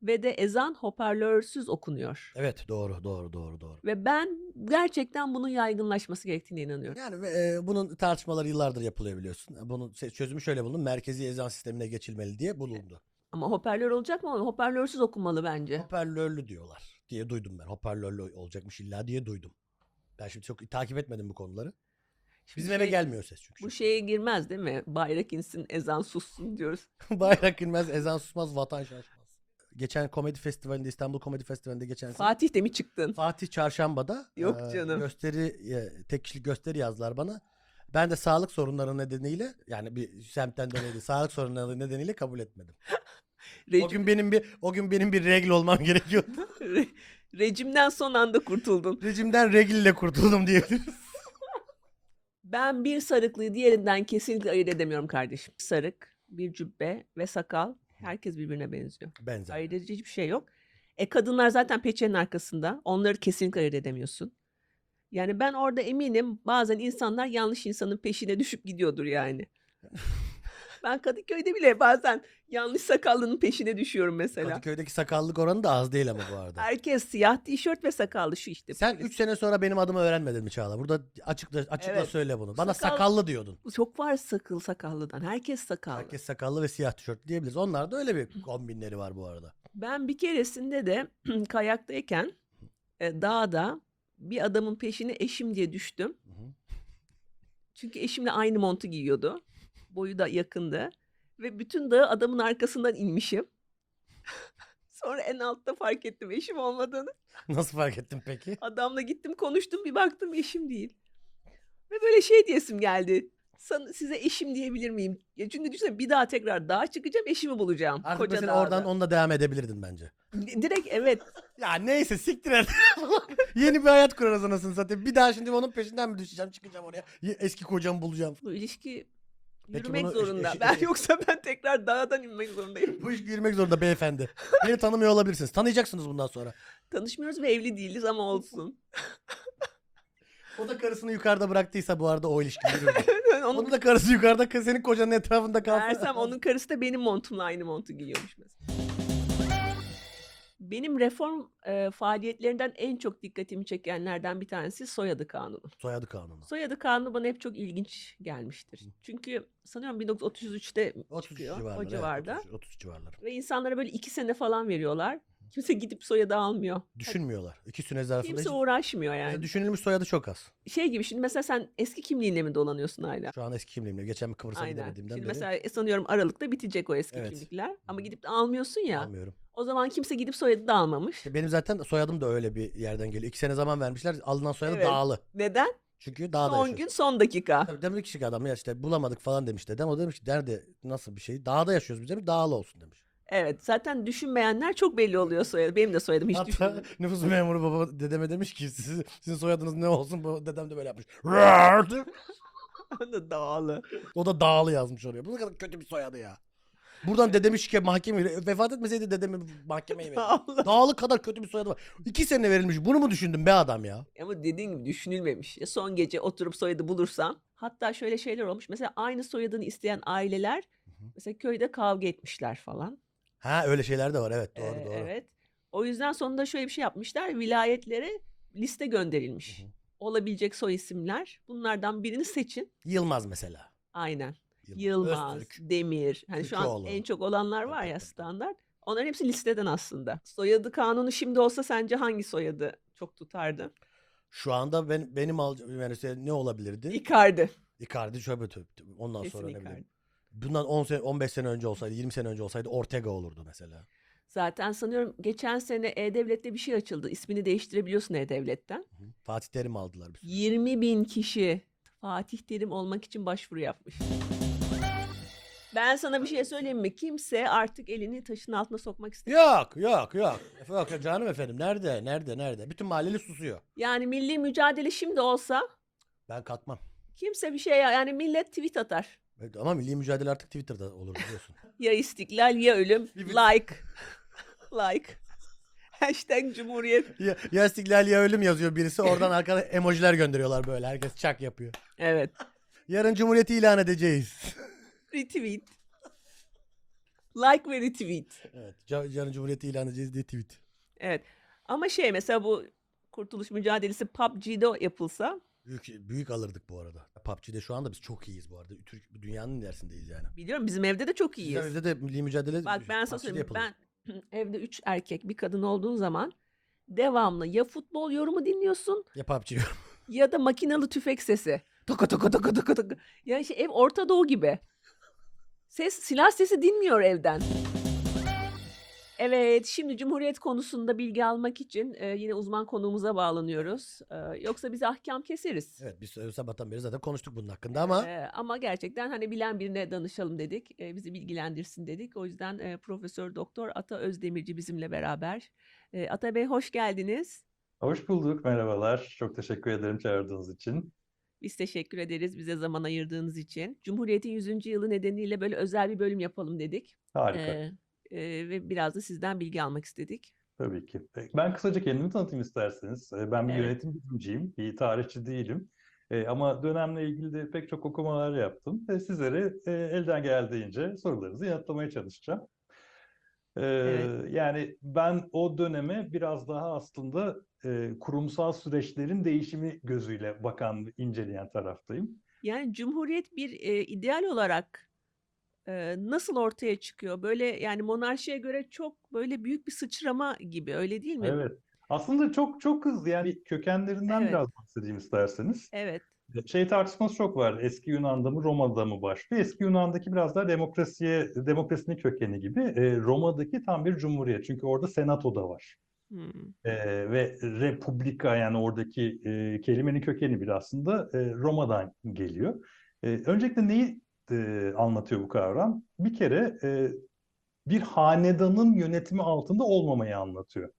Speaker 1: Ve de ezan hoparlörsüz okunuyor.
Speaker 2: Evet doğru doğru doğru doğru.
Speaker 1: Ve ben gerçekten bunun yaygınlaşması gerektiğine inanıyorum.
Speaker 2: Yani ve, e, bunun tartışmaları yıllardır yapılıyor biliyorsun. Bunun se- çözümü şöyle bulundu. Merkezi ezan sistemine geçilmeli diye bulundu.
Speaker 1: Ama hoparlör olacak mı? Hoparlörsüz okunmalı bence.
Speaker 2: Hoparlörlü diyorlar diye duydum ben. Hoparlörlü olacakmış illa diye duydum. Ben şimdi çok takip etmedim bu konuları.
Speaker 1: Şimdi
Speaker 2: Bizim eve
Speaker 1: şey-
Speaker 2: gelmiyor ses çünkü.
Speaker 1: Bu şeye girmez değil mi? Bayrak insin, ezan sussun diyoruz.
Speaker 2: Bayrak inmez, ezan susmaz, vatan şaşmaz. Geçen komedi festivalinde, İstanbul Komedi Festivali'nde geçen sene-
Speaker 1: Fatih de mi çıktın?
Speaker 2: Fatih Çarşamba'da
Speaker 1: Yok
Speaker 2: e,
Speaker 1: canım.
Speaker 2: gösteri e, tek kişilik gösteri yazdılar bana. Ben de sağlık sorunları nedeniyle yani bir semtten dolayı değil, sağlık sorunları nedeniyle kabul etmedim. O
Speaker 1: Rejim-
Speaker 2: gün benim bir o gün benim bir regl olmam gerekiyordu.
Speaker 1: Re- Rejimden son anda kurtuldun.
Speaker 2: Rejimden regle kurtuldum diyebiliriz.
Speaker 1: Ben bir sarıklıyı diğerinden kesinlikle ayırt edemiyorum kardeşim. Sarık, bir cübbe ve sakal. Herkes birbirine benziyor.
Speaker 2: Benzer.
Speaker 1: Ayırt edici hiçbir şey yok. E kadınlar zaten peçenin arkasında. Onları kesinlikle ayırt edemiyorsun. Yani ben orada eminim bazen insanlar yanlış insanın peşine düşüp gidiyordur yani. ben Kadıköy'de bile bazen yanlış sakallının peşine düşüyorum mesela.
Speaker 2: Kadıköy'deki sakallık oranı da az değil ama bu arada.
Speaker 1: Herkes siyah tişört ve sakallı şu işte.
Speaker 2: Sen 3 sene sonra benim adımı öğrenmedin mi Çağla? Burada açıkla açıkla
Speaker 1: Evet.
Speaker 2: söyle bunu. Bana
Speaker 1: Sakal-
Speaker 2: sakallı diyordun.
Speaker 1: Çok var sakıl sakallıdan. Herkes sakallı.
Speaker 2: Herkes sakallı ve siyah tişört diyebiliriz. Onlar da öyle bir kombinleri var bu arada.
Speaker 1: Ben bir keresinde de kayaktayken e, dağda bir adamın peşine eşim diye düştüm. Çünkü eşimle aynı montu giyiyordu. Boyu da yakındı. Ve bütün dağı adamın arkasından inmişim. Sonra en altta fark ettim eşim olmadığını.
Speaker 2: Nasıl fark ettin peki?
Speaker 1: Adamla gittim konuştum bir baktım eşim değil. Ve böyle şey diyesim geldi. Sana, size eşim diyebilir miyim? Ya çünkü düşünsene bir daha tekrar dağa çıkacağım eşimi bulacağım.
Speaker 2: Artık
Speaker 1: koca
Speaker 2: mesela
Speaker 1: dağda.
Speaker 2: oradan onunla devam edebilirdin bence.
Speaker 1: Di- Direkt evet.
Speaker 2: ya neyse siktir et. Yeni bir hayat kurarız anasını satayım. Bir daha şimdi onun peşinden mi düşeceğim çıkacağım oraya. Y- Eski kocamı bulacağım.
Speaker 1: Bu ilişki
Speaker 2: Peki
Speaker 1: yürümek
Speaker 2: bunu eş-
Speaker 1: zorunda.
Speaker 2: eşi-
Speaker 1: ben
Speaker 2: eşi-
Speaker 1: yoksa ben tekrar dağdan inmek zorundayım.
Speaker 2: Bu iş yürümek zorunda beyefendi. Beni tanımıyor olabilirsiniz. Tanıyacaksınız bundan sonra.
Speaker 1: Tanışmıyoruz ve evli değiliz ama olsun.
Speaker 2: O da karısını yukarıda bıraktıysa bu arada o ilişki yürür.
Speaker 1: Onu
Speaker 2: Onun da karısı yukarıda ka- senin kocanın etrafında kalsın.
Speaker 1: Meğersem onun karısı da benim montumla aynı montu giyiyormuş mesela. Benim reform e, faaliyetlerinden en çok dikkatimi çekenlerden bir tanesi soyadı kanunu.
Speaker 2: Soyadı kanunu.
Speaker 1: Soyadı kanunu bana hep çok ilginç gelmiştir. Çünkü sanıyorum 1933'te çıkıyor.
Speaker 2: civarları,
Speaker 1: o
Speaker 2: evet,
Speaker 1: civarda.
Speaker 2: 33, 33 civarları.
Speaker 1: Ve insanlara böyle iki sene falan veriyorlar. Kimse gidip soyadı almıyor.
Speaker 2: Düşünmüyorlar. İki süre zarfında
Speaker 1: Kimse
Speaker 2: hiç-
Speaker 1: uğraşmıyor
Speaker 2: Mesela
Speaker 1: yani.
Speaker 2: Düşünülmüş soyadı çok az.
Speaker 1: Şey gibi şimdi mesela sen eski kimliğinle mi dolanıyorsun hala?
Speaker 2: Şu an eski kimliğimle. Geçen bir Kıbrıs'a
Speaker 1: Aynen.
Speaker 2: gidemediğimden
Speaker 1: Şimdi
Speaker 2: beri
Speaker 1: mesela e, sanıyorum Aralık'ta bitecek o eski
Speaker 2: Evet.
Speaker 1: kimlikler. Ama gidip de almıyorsun ya.
Speaker 2: almıyorum.
Speaker 1: O zaman kimse gidip soyadı da almamış.
Speaker 2: Benim zaten soyadım da öyle bir yerden geliyor. İki sene zaman vermişler. Alınan soyadı
Speaker 1: Evet.
Speaker 2: Dağlı.
Speaker 1: Neden?
Speaker 2: Çünkü dağda
Speaker 1: son
Speaker 2: yaşıyorsun.
Speaker 1: gün son dakika.
Speaker 2: Tabii demek ki adam ya işte bulamadık falan demiş dedem. O demiş ki nerede nasıl bir şey? Dağda yaşıyoruz biz demiş. Dağlı olsun demiş.
Speaker 1: Evet zaten düşünmeyenler çok belli oluyor soyadı. Benim de soyadım hiç
Speaker 2: Hatta
Speaker 1: düşünmedim.
Speaker 2: nüfus memuru baba dedeme demiş ki sizin, sizin soyadınız ne olsun? Baba- Dedem de böyle yapmış.
Speaker 1: O da dağlı.
Speaker 2: O da dağlı yazmış oraya. Bu ne kadar kötü bir soyadı ya. Buradan dedemi şikayet mahkemeye vefat etmeseydi dedemi mahkemeye verir. Dağlı kadar kötü bir soyadı var. İki sene verilmiş. Bunu mu düşündün be adam ya?
Speaker 1: E, Ama dediğin gibi düşünülmemiş. Ya Son gece oturup soyadı bulursam. Hatta şöyle şeyler olmuş. Mesela aynı soyadını isteyen aileler mesela köyde kavga etmişler falan.
Speaker 2: Ha öyle şeyler de var evet doğru
Speaker 1: Ee,
Speaker 2: doğru.
Speaker 1: Evet. O yüzden sonunda şöyle bir şey yapmışlar. Vilayetlere liste gönderilmiş. Olabilecek soy isimler. Bunlardan birini seçin.
Speaker 2: Yılmaz mesela.
Speaker 1: Aynen. Yılmaz, Demir. Hani şu an
Speaker 2: Türkoğlu.
Speaker 1: en çok olanlar var ya standart. Onların hepsi listeden aslında. Soyadı kanunu şimdi olsa sence hangi soyadı çok tutardı?
Speaker 2: Şu anda ben benim alacağım yani işte ne olabilirdi?
Speaker 1: Icardi.
Speaker 2: Icardi şöyle tüp. Ondan
Speaker 1: Kesin
Speaker 2: sonra ne
Speaker 1: Icardi.
Speaker 2: bileyim. Bundan 10 sene 15 sene önce olsaydı 20 sene önce olsaydı Ortega olurdu mesela.
Speaker 1: Zaten sanıyorum geçen sene E-Devlet'te bir şey açıldı. İsmini değiştirebiliyorsun E-Devlet'ten.
Speaker 2: Fatih Terim aldılar. bir sürü.
Speaker 1: 20 bin kişi Fatih Terim olmak için başvuru yapmış. Ben sana bir şey söyleyeyim mi? Kimse artık elini taşın altına sokmak istemiyor.
Speaker 2: Yok yok yok. Yok canım efendim nerede nerede nerede? Bütün mahalleli susuyor.
Speaker 1: Yani milli mücadele şimdi olsa
Speaker 2: Ben katmam.
Speaker 1: kimse bir şey yani millet tweet atar.
Speaker 2: Evet, Ama milli mücadele artık Twitter'da olur biliyorsun.
Speaker 1: Ya istiklal ya ölüm. Like. like. Hashtag Cumhuriyet.
Speaker 2: ya, ya istiklal ya ölüm yazıyor birisi. Oradan arkada emojiler gönderiyorlar böyle. Herkes çak yapıyor.
Speaker 1: Evet.
Speaker 2: Yarın cumhuriyeti ilan edeceğiz.
Speaker 1: Retweet. Like ve retweet.
Speaker 2: Evet. ca- Yarın cumhuriyeti ilan edeceğiz diye tweet.
Speaker 1: Evet. Ama şey mesela bu kurtuluş mücadelesi PUBG'de yapılsa
Speaker 2: Büyük, büyük alırdık bu arada. PUBG'de şu anda biz çok iyiyiz bu arada. Türk, dünyanın ilerisindeyiz yani.
Speaker 1: biliyorum bizim evde de çok
Speaker 2: Sizin
Speaker 1: iyiyiz.
Speaker 2: evde de milli mücadele
Speaker 1: Bak ben sana
Speaker 2: PUBG'de
Speaker 1: söyleyeyim.
Speaker 2: yapılır.
Speaker 1: Ben evde üç erkek bir kadın olduğun zaman devamlı ya futbol yorumu dinliyorsun
Speaker 2: Ya PUBG.
Speaker 1: ya da makinalı tüfek sesi. Toka toka toka toka toka. Ya işte ev Orta Doğu gibi. Ses, silah sesi dinmiyor evden. Evet, şimdi Cumhuriyet konusunda bilgi almak için e, yine uzman konuğumuza bağlanıyoruz. E, yoksa biz ahkam keseriz.
Speaker 2: evet biz sabahtan beri zaten konuştuk bunun hakkında ama
Speaker 1: E, ama gerçekten hani bilen birine danışalım dedik. E, bizi bilgilendirsin dedik. O yüzden e, Profesör Doktor Ata Özdemirci bizimle beraber. E, Ata Bey hoş geldiniz.
Speaker 12: Hoş bulduk, merhabalar. Çok teşekkür ederim çağırdığınız için.
Speaker 1: Biz teşekkür ederiz bize zaman ayırdığınız için. Cumhuriyet'in 100. yılı nedeniyle böyle özel bir bölüm yapalım dedik.
Speaker 12: Harika.
Speaker 1: E, e, ve biraz da sizden bilgi almak istedik.
Speaker 12: Tabii ki. Ben kısaca kendimi tanıtayım isterseniz. Ee, Ben bir
Speaker 1: Evet.
Speaker 12: yönetim bilimciyim, bir tarihçi değilim. Ee, Ama dönemle ilgili de pek çok okumalar yaptım. Ve sizlere e, elden geldiğince sorularınızı yanıtlamaya çalışacağım. Ee, Yani ben o döneme biraz daha aslında e, kurumsal süreçlerin değişimi gözüyle bakan, inceleyen taraftayım.
Speaker 1: Yani Cumhuriyet bir e, ideal olarak e, nasıl ortaya çıkıyor? Böyle yani monarşiye göre çok böyle büyük bir sıçrama gibi öyle değil mi?
Speaker 12: Evet. Aslında çok çok hızlı yani kökenlerinden
Speaker 1: Evet.
Speaker 12: biraz bahsedeyim isterseniz.
Speaker 1: Evet.
Speaker 12: Şey tartışması çok var. Eski Yunan'da mı Roma'da mı başlıyor? Eski Yunan'daki biraz daha demokrasiye, demokrasinin kökeni gibi. E, Roma'daki tam bir cumhuriyet. Çünkü orada senato da var.
Speaker 1: Hmm.
Speaker 12: Ee, ve republika yani oradaki e, kelimenin kökeni bile aslında e, Roma'dan geliyor. E, öncelikle neyi e, anlatıyor bu kavram? Bir kere e, bir hanedanın yönetimi altında olmamayı anlatıyor.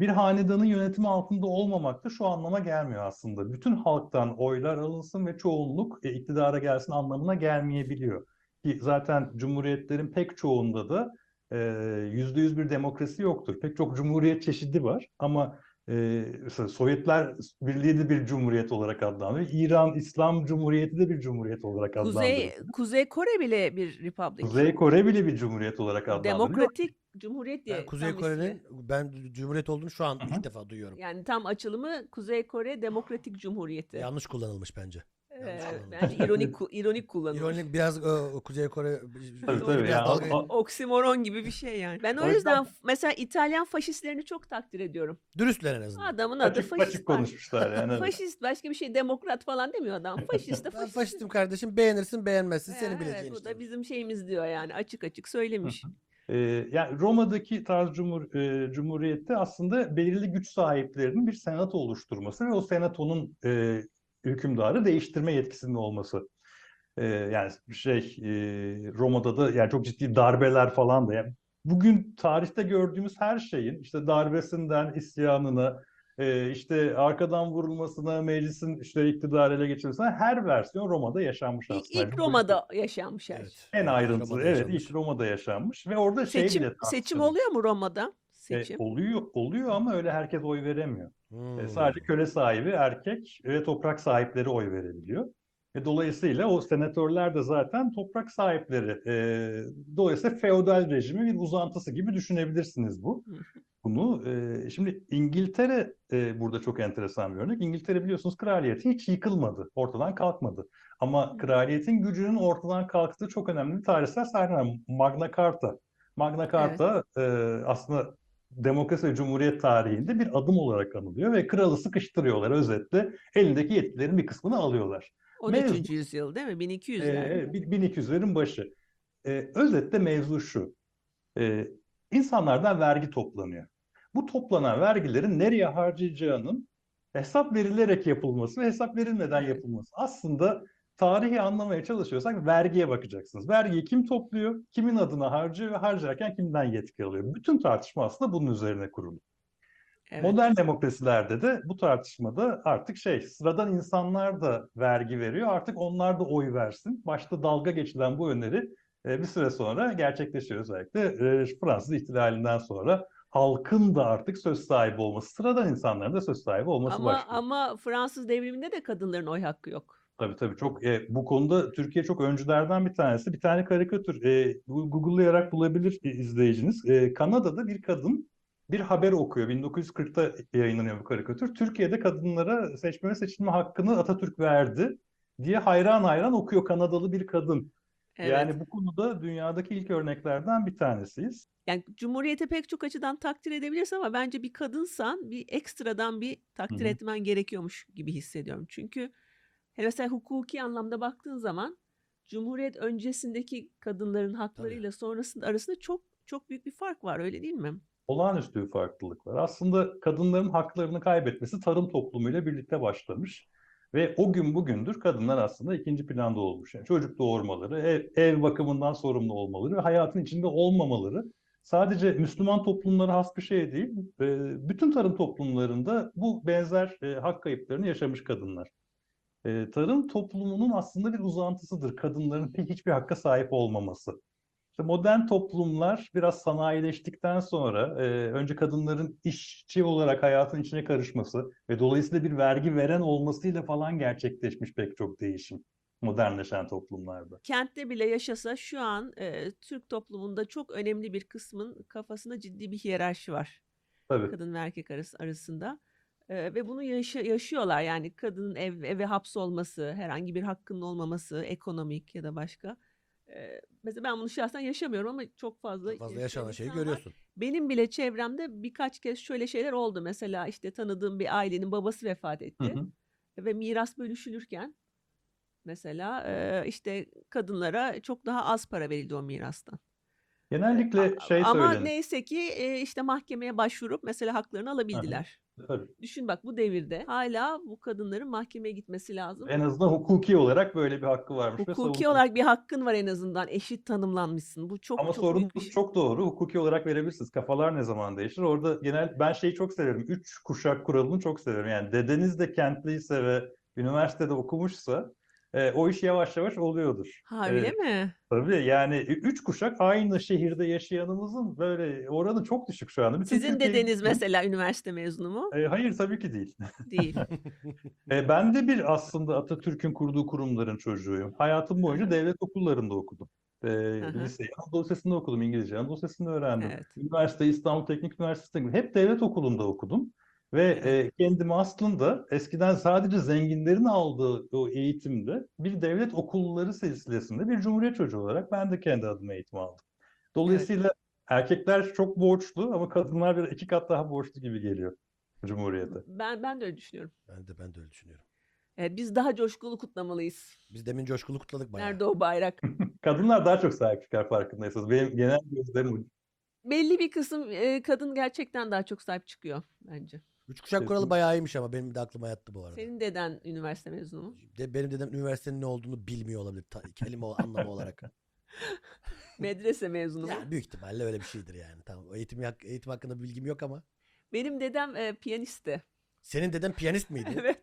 Speaker 12: Bir hanedanın yönetimi altında olmamak da şu anlama gelmiyor aslında. Bütün halktan oylar alınsın ve çoğunluk e, iktidara gelsin anlamına gelmeyebiliyor. Ki zaten cumhuriyetlerin pek çoğunda da e, %100 bir demokrasi yoktur. Pek çok cumhuriyet çeşidi var ama e, mesela Sovyetler Birliği de bir cumhuriyet olarak adlandırılıyor. İran İslam Cumhuriyeti de bir cumhuriyet olarak
Speaker 1: Kuzey
Speaker 12: adlandırılıyor.
Speaker 1: Kuzey Kore bile bir republic.
Speaker 12: Kuzey Kore bile bir cumhuriyet olarak adlandırılıyor.
Speaker 1: Demokratik Cumhuriyet diye.
Speaker 2: Kuzey
Speaker 1: tam ismi.
Speaker 2: Kore'nin ben cumhuriyet olduğunu şu an ilk defa duyuyorum.
Speaker 1: Yani tam açılımı Kuzey Kore Demokratik Cumhuriyeti.
Speaker 2: Yanlış kullanılmış bence.
Speaker 1: Ee, bence ironik ku- ironik kullanılmış.
Speaker 2: İronik biraz e, Kuzey Kore
Speaker 12: Tabii, tabii
Speaker 2: biraz
Speaker 12: ya,
Speaker 2: dalga-
Speaker 12: o- o-
Speaker 1: Oksimoron gibi bir şey yani. Ben o,
Speaker 2: O yüzden-
Speaker 1: yüzden f- mesela İtalyan faşistlerini çok takdir ediyorum.
Speaker 2: Dürüstler en azından.
Speaker 1: Adamın adı
Speaker 12: Açık-
Speaker 1: faşist.
Speaker 12: açık konuşmuşlar yani, evet.
Speaker 1: Faşist başka bir şey demokrat falan demiyor adam. Faşist de
Speaker 2: Ben
Speaker 1: faşist.
Speaker 2: faşistim kardeşim beğenirsin beğenmezsin
Speaker 1: Ha,
Speaker 2: senin
Speaker 1: evet,
Speaker 2: bileceğin
Speaker 1: bu
Speaker 2: işte.
Speaker 1: da bizim şeyimiz diyor yani açık açık söylemiş.
Speaker 12: Ee, yani Roma'daki tarz cumhur, e, cumhuriyette aslında belirli güç sahiplerinin bir senato oluşturması ve o senatonun e, hükümdarı değiştirme yetkisinin olması. Ee, yani şey e, Roma'da da yani çok ciddi darbeler falan da yani bugün tarihte gördüğümüz her şeyin işte darbesinden isyanına e, işte arkadan vurulmasına meclisin işte iktidar ele geçirmesine her versiyon Roma'da yaşanmış
Speaker 1: İlk,
Speaker 12: aslında.
Speaker 1: ilk
Speaker 12: Bu-
Speaker 1: Roma'da yaşanmış her şey.
Speaker 12: en ayrıntılı
Speaker 2: Roma'da
Speaker 12: evet
Speaker 2: yaşanmış.
Speaker 12: ilk Roma'da yaşanmış ve orada şey bile
Speaker 1: Seçim seçim
Speaker 12: tartışılıyor.
Speaker 1: oluyor mu Roma'da?
Speaker 12: E,
Speaker 1: Seçim.
Speaker 12: oluyor oluyor ama öyle herkes oy veremiyor. E,
Speaker 2: Hmm.
Speaker 12: sadece köle sahibi, erkek ve toprak sahipleri oy verebiliyor. E, dolayısıyla o senatörler de zaten toprak sahipleri. E, dolayısıyla feodal rejimi bir uzantısı gibi düşünebilirsiniz bu. Bunu e, şimdi İngiltere e, burada çok enteresan bir örnek. İngiltere biliyorsunuz kraliyeti hiç yıkılmadı, ortadan kalkmadı. Ama kraliyetin gücünün ortadan kalktığı çok önemli bir tarihsel sahne. var. Magna Carta. Magna Carta e, aslında demokrasi ve cumhuriyet tarihinde bir adım olarak anılıyor ve kralı sıkıştırıyorlar özetle. Elindeki yetkilerin bir kısmını alıyorlar.
Speaker 1: 13.
Speaker 12: Mevzu-
Speaker 1: yüzyıl değil mi?
Speaker 12: ee,
Speaker 1: 1200'lerde.
Speaker 12: evet, bin- 1200'lerin başı. Ee, özetle mevzu şu. Ee, insanlardan vergi toplanıyor. Bu toplanan vergilerin nereye harcayacağının hesap verilerek yapılması ve hesap verilmeden yapılması. Aslında tarihi anlamaya çalışıyorsak vergiye bakacaksınız. Vergiyi kim topluyor, kimin adına harcıyor ve harcarken kimden yetki alıyor? Bütün tartışma aslında bunun üzerine kurulu.
Speaker 1: Evet.
Speaker 12: Modern demokrasilerde de bu tartışmada artık şey sıradan insanlar da vergi veriyor. Artık onlar da oy versin. Başta dalga geçilen bu öneri e, bir süre sonra gerçekleşiyor özellikle e, Fransız ihtilalinden sonra halkın da artık söz sahibi olması, sıradan insanların da söz sahibi olması
Speaker 1: Ama
Speaker 12: başlıyor.
Speaker 1: ama Fransız devriminde de kadınların oy hakkı yok.
Speaker 12: Tabii tabii çok e, bu konuda Türkiye çok öncülerden bir tanesi. Bir tane karikatür e, bu- Google'layarak bulabilir e, izleyiciniz. E, Kanada'da bir kadın bir haber okuyor. 1940'ta yayınlanıyor bu karikatür. Türkiye'de kadınlara seçme ve seçilme hakkını Atatürk verdi diye hayran hayran okuyor Kanadalı bir kadın.
Speaker 1: Evet.
Speaker 12: Yani bu konuda dünyadaki ilk örneklerden bir tanesiyiz.
Speaker 1: Yani Cumhuriyeti pek çok açıdan takdir edebilirsin ama bence bir kadınsan bir ekstradan bir takdir
Speaker 12: Hı hı.
Speaker 1: etmen gerekiyormuş gibi hissediyorum. Çünkü hele mesela hukuki anlamda baktığın zaman Cumhuriyet öncesindeki kadınların haklarıyla sonrasında arasında çok çok büyük bir fark var öyle değil mi?
Speaker 12: olağanüstü bir farklılık var. Aslında kadınların haklarını kaybetmesi tarım toplumuyla birlikte başlamış. Ve o gün bugündür kadınlar aslında ikinci planda olmuş. Yani çocuk doğurmaları, ev, ev bakımından sorumlu olmaları ve hayatın içinde olmamaları sadece Müslüman toplumlara has bir şey değil. e, Bütün tarım toplumlarında bu benzer e, hak kayıplarını yaşamış kadınlar. E, Tarım toplumunun aslında bir uzantısıdır kadınların hiçbir hakka sahip olmaması. İşte modern toplumlar biraz sanayileştikten sonra e, önce kadınların işçi olarak hayatın içine karışması ve dolayısıyla bir vergi veren olmasıyla falan gerçekleşmiş pek çok değişim modernleşen toplumlarda.
Speaker 1: Kentte bile yaşasa şu an e, Türk toplumunda çok önemli bir kısmın kafasında ciddi bir hiyerarşi var.
Speaker 12: Tabii.
Speaker 1: kadın ve erkek arası, arasında. Ee, ve bunu yaşa- yaşıyorlar yani kadının ev, eve hapsolması, herhangi bir hakkının olmaması, ekonomik ya da başka. Ee, mesela ben bunu şahsen yaşamıyorum ama çok fazla
Speaker 2: Fazla
Speaker 1: yaşayan
Speaker 2: yaşanan şeyi
Speaker 1: insan var.
Speaker 2: görüyorsun.
Speaker 1: Benim bile çevremde birkaç kez şöyle şeyler oldu. Mesela işte tanıdığım bir ailenin babası vefat etti
Speaker 12: hı.
Speaker 1: ve miras bölüşülürken mesela e, işte kadınlara çok daha az para verildi o mirastan.
Speaker 12: Genellikle şey
Speaker 1: Ama
Speaker 12: söylenir.
Speaker 1: neyse ki e, işte mahkemeye başvurup mesela haklarını alabildiler.
Speaker 12: Tabii.
Speaker 1: Düşün bak bu devirde hala bu kadınların mahkemeye gitmesi lazım.
Speaker 12: En azından hukuki olarak böyle bir hakkı varmış ve savun-
Speaker 1: Hukuki olarak bir hakkın var en azından. Eşit tanımlanmışsın. Bu çok
Speaker 12: Ama
Speaker 1: çok büyük bir
Speaker 12: sorunuz çok doğru. Hukuki olarak verebilirsiniz. Kafalar ne zaman değişir? Orada genel ben şeyi çok severim. Üç kuşak kuralını çok severim. Yani dedeniz de kentliyse ve üniversitede okumuşsa e, o iş yavaş yavaş oluyordur.
Speaker 1: Ha
Speaker 12: E,
Speaker 1: öyle mi?
Speaker 12: Tabii yani ü- üç kuşak aynı şehirde yaşayanımızın böyle oranı çok düşük şu anda. Bütün
Speaker 1: Sizin
Speaker 12: Türkiye'yi-
Speaker 1: dedeniz mesela üniversite mezunu mu?
Speaker 12: E, hayır tabii ki değil.
Speaker 1: Değil.
Speaker 12: E, ben de bir aslında Atatürk'ün kurduğu kurumların çocuğuyum. Hayatım boyunca devlet okullarında okudum. E,
Speaker 1: hı.
Speaker 12: liseyi Anadolu Lisesi'nde okudum, İngilizce Anadolu Lisesi'nde öğrendim.
Speaker 1: Evet.
Speaker 12: Üniversite İstanbul Teknik Üniversitesi'nde hep devlet okulunda okudum. Ve e, kendimi aslında eskiden sadece zenginlerin aldığı o eğitimde bir devlet okulları silsilesinde bir cumhuriyet çocuğu olarak ben de kendi adıma eğitim aldım. Dolayısıyla erkekler çok borçlu ama kadınlar bir iki kat daha borçlu gibi geliyor cumhuriyete.
Speaker 1: Ben ben de öyle düşünüyorum.
Speaker 2: Ben de ben de öyle düşünüyorum.
Speaker 1: Evet, biz daha coşkulu kutlamalıyız.
Speaker 2: Biz demin coşkulu kutladık bayağı.
Speaker 1: Nerede o bayrak?
Speaker 12: Kadınlar daha çok sahip çıkar farkındaysanız. Benim genel gözlemim bu.
Speaker 1: Belli bir kısım e, kadın gerçekten daha çok sahip çıkıyor bence.
Speaker 2: Üç
Speaker 12: Şey,
Speaker 2: kuşak kuralı bayağı iyiymiş ama benim de aklıma yattı bu arada.
Speaker 1: Senin deden üniversite mezunu mu?
Speaker 2: De, benim dedem üniversitenin ne olduğunu bilmiyor olabilir. Ta- kelime o- anlamı olarak.
Speaker 1: Medrese mezunu mu?
Speaker 2: Büyük ihtimalle öyle bir şeydir yani. Tamam. O eğitim, hak- eğitim hakkında bilgim yok ama.
Speaker 1: Benim dedem e, piyanisti.
Speaker 2: Senin deden piyanist miydi?
Speaker 1: Evet.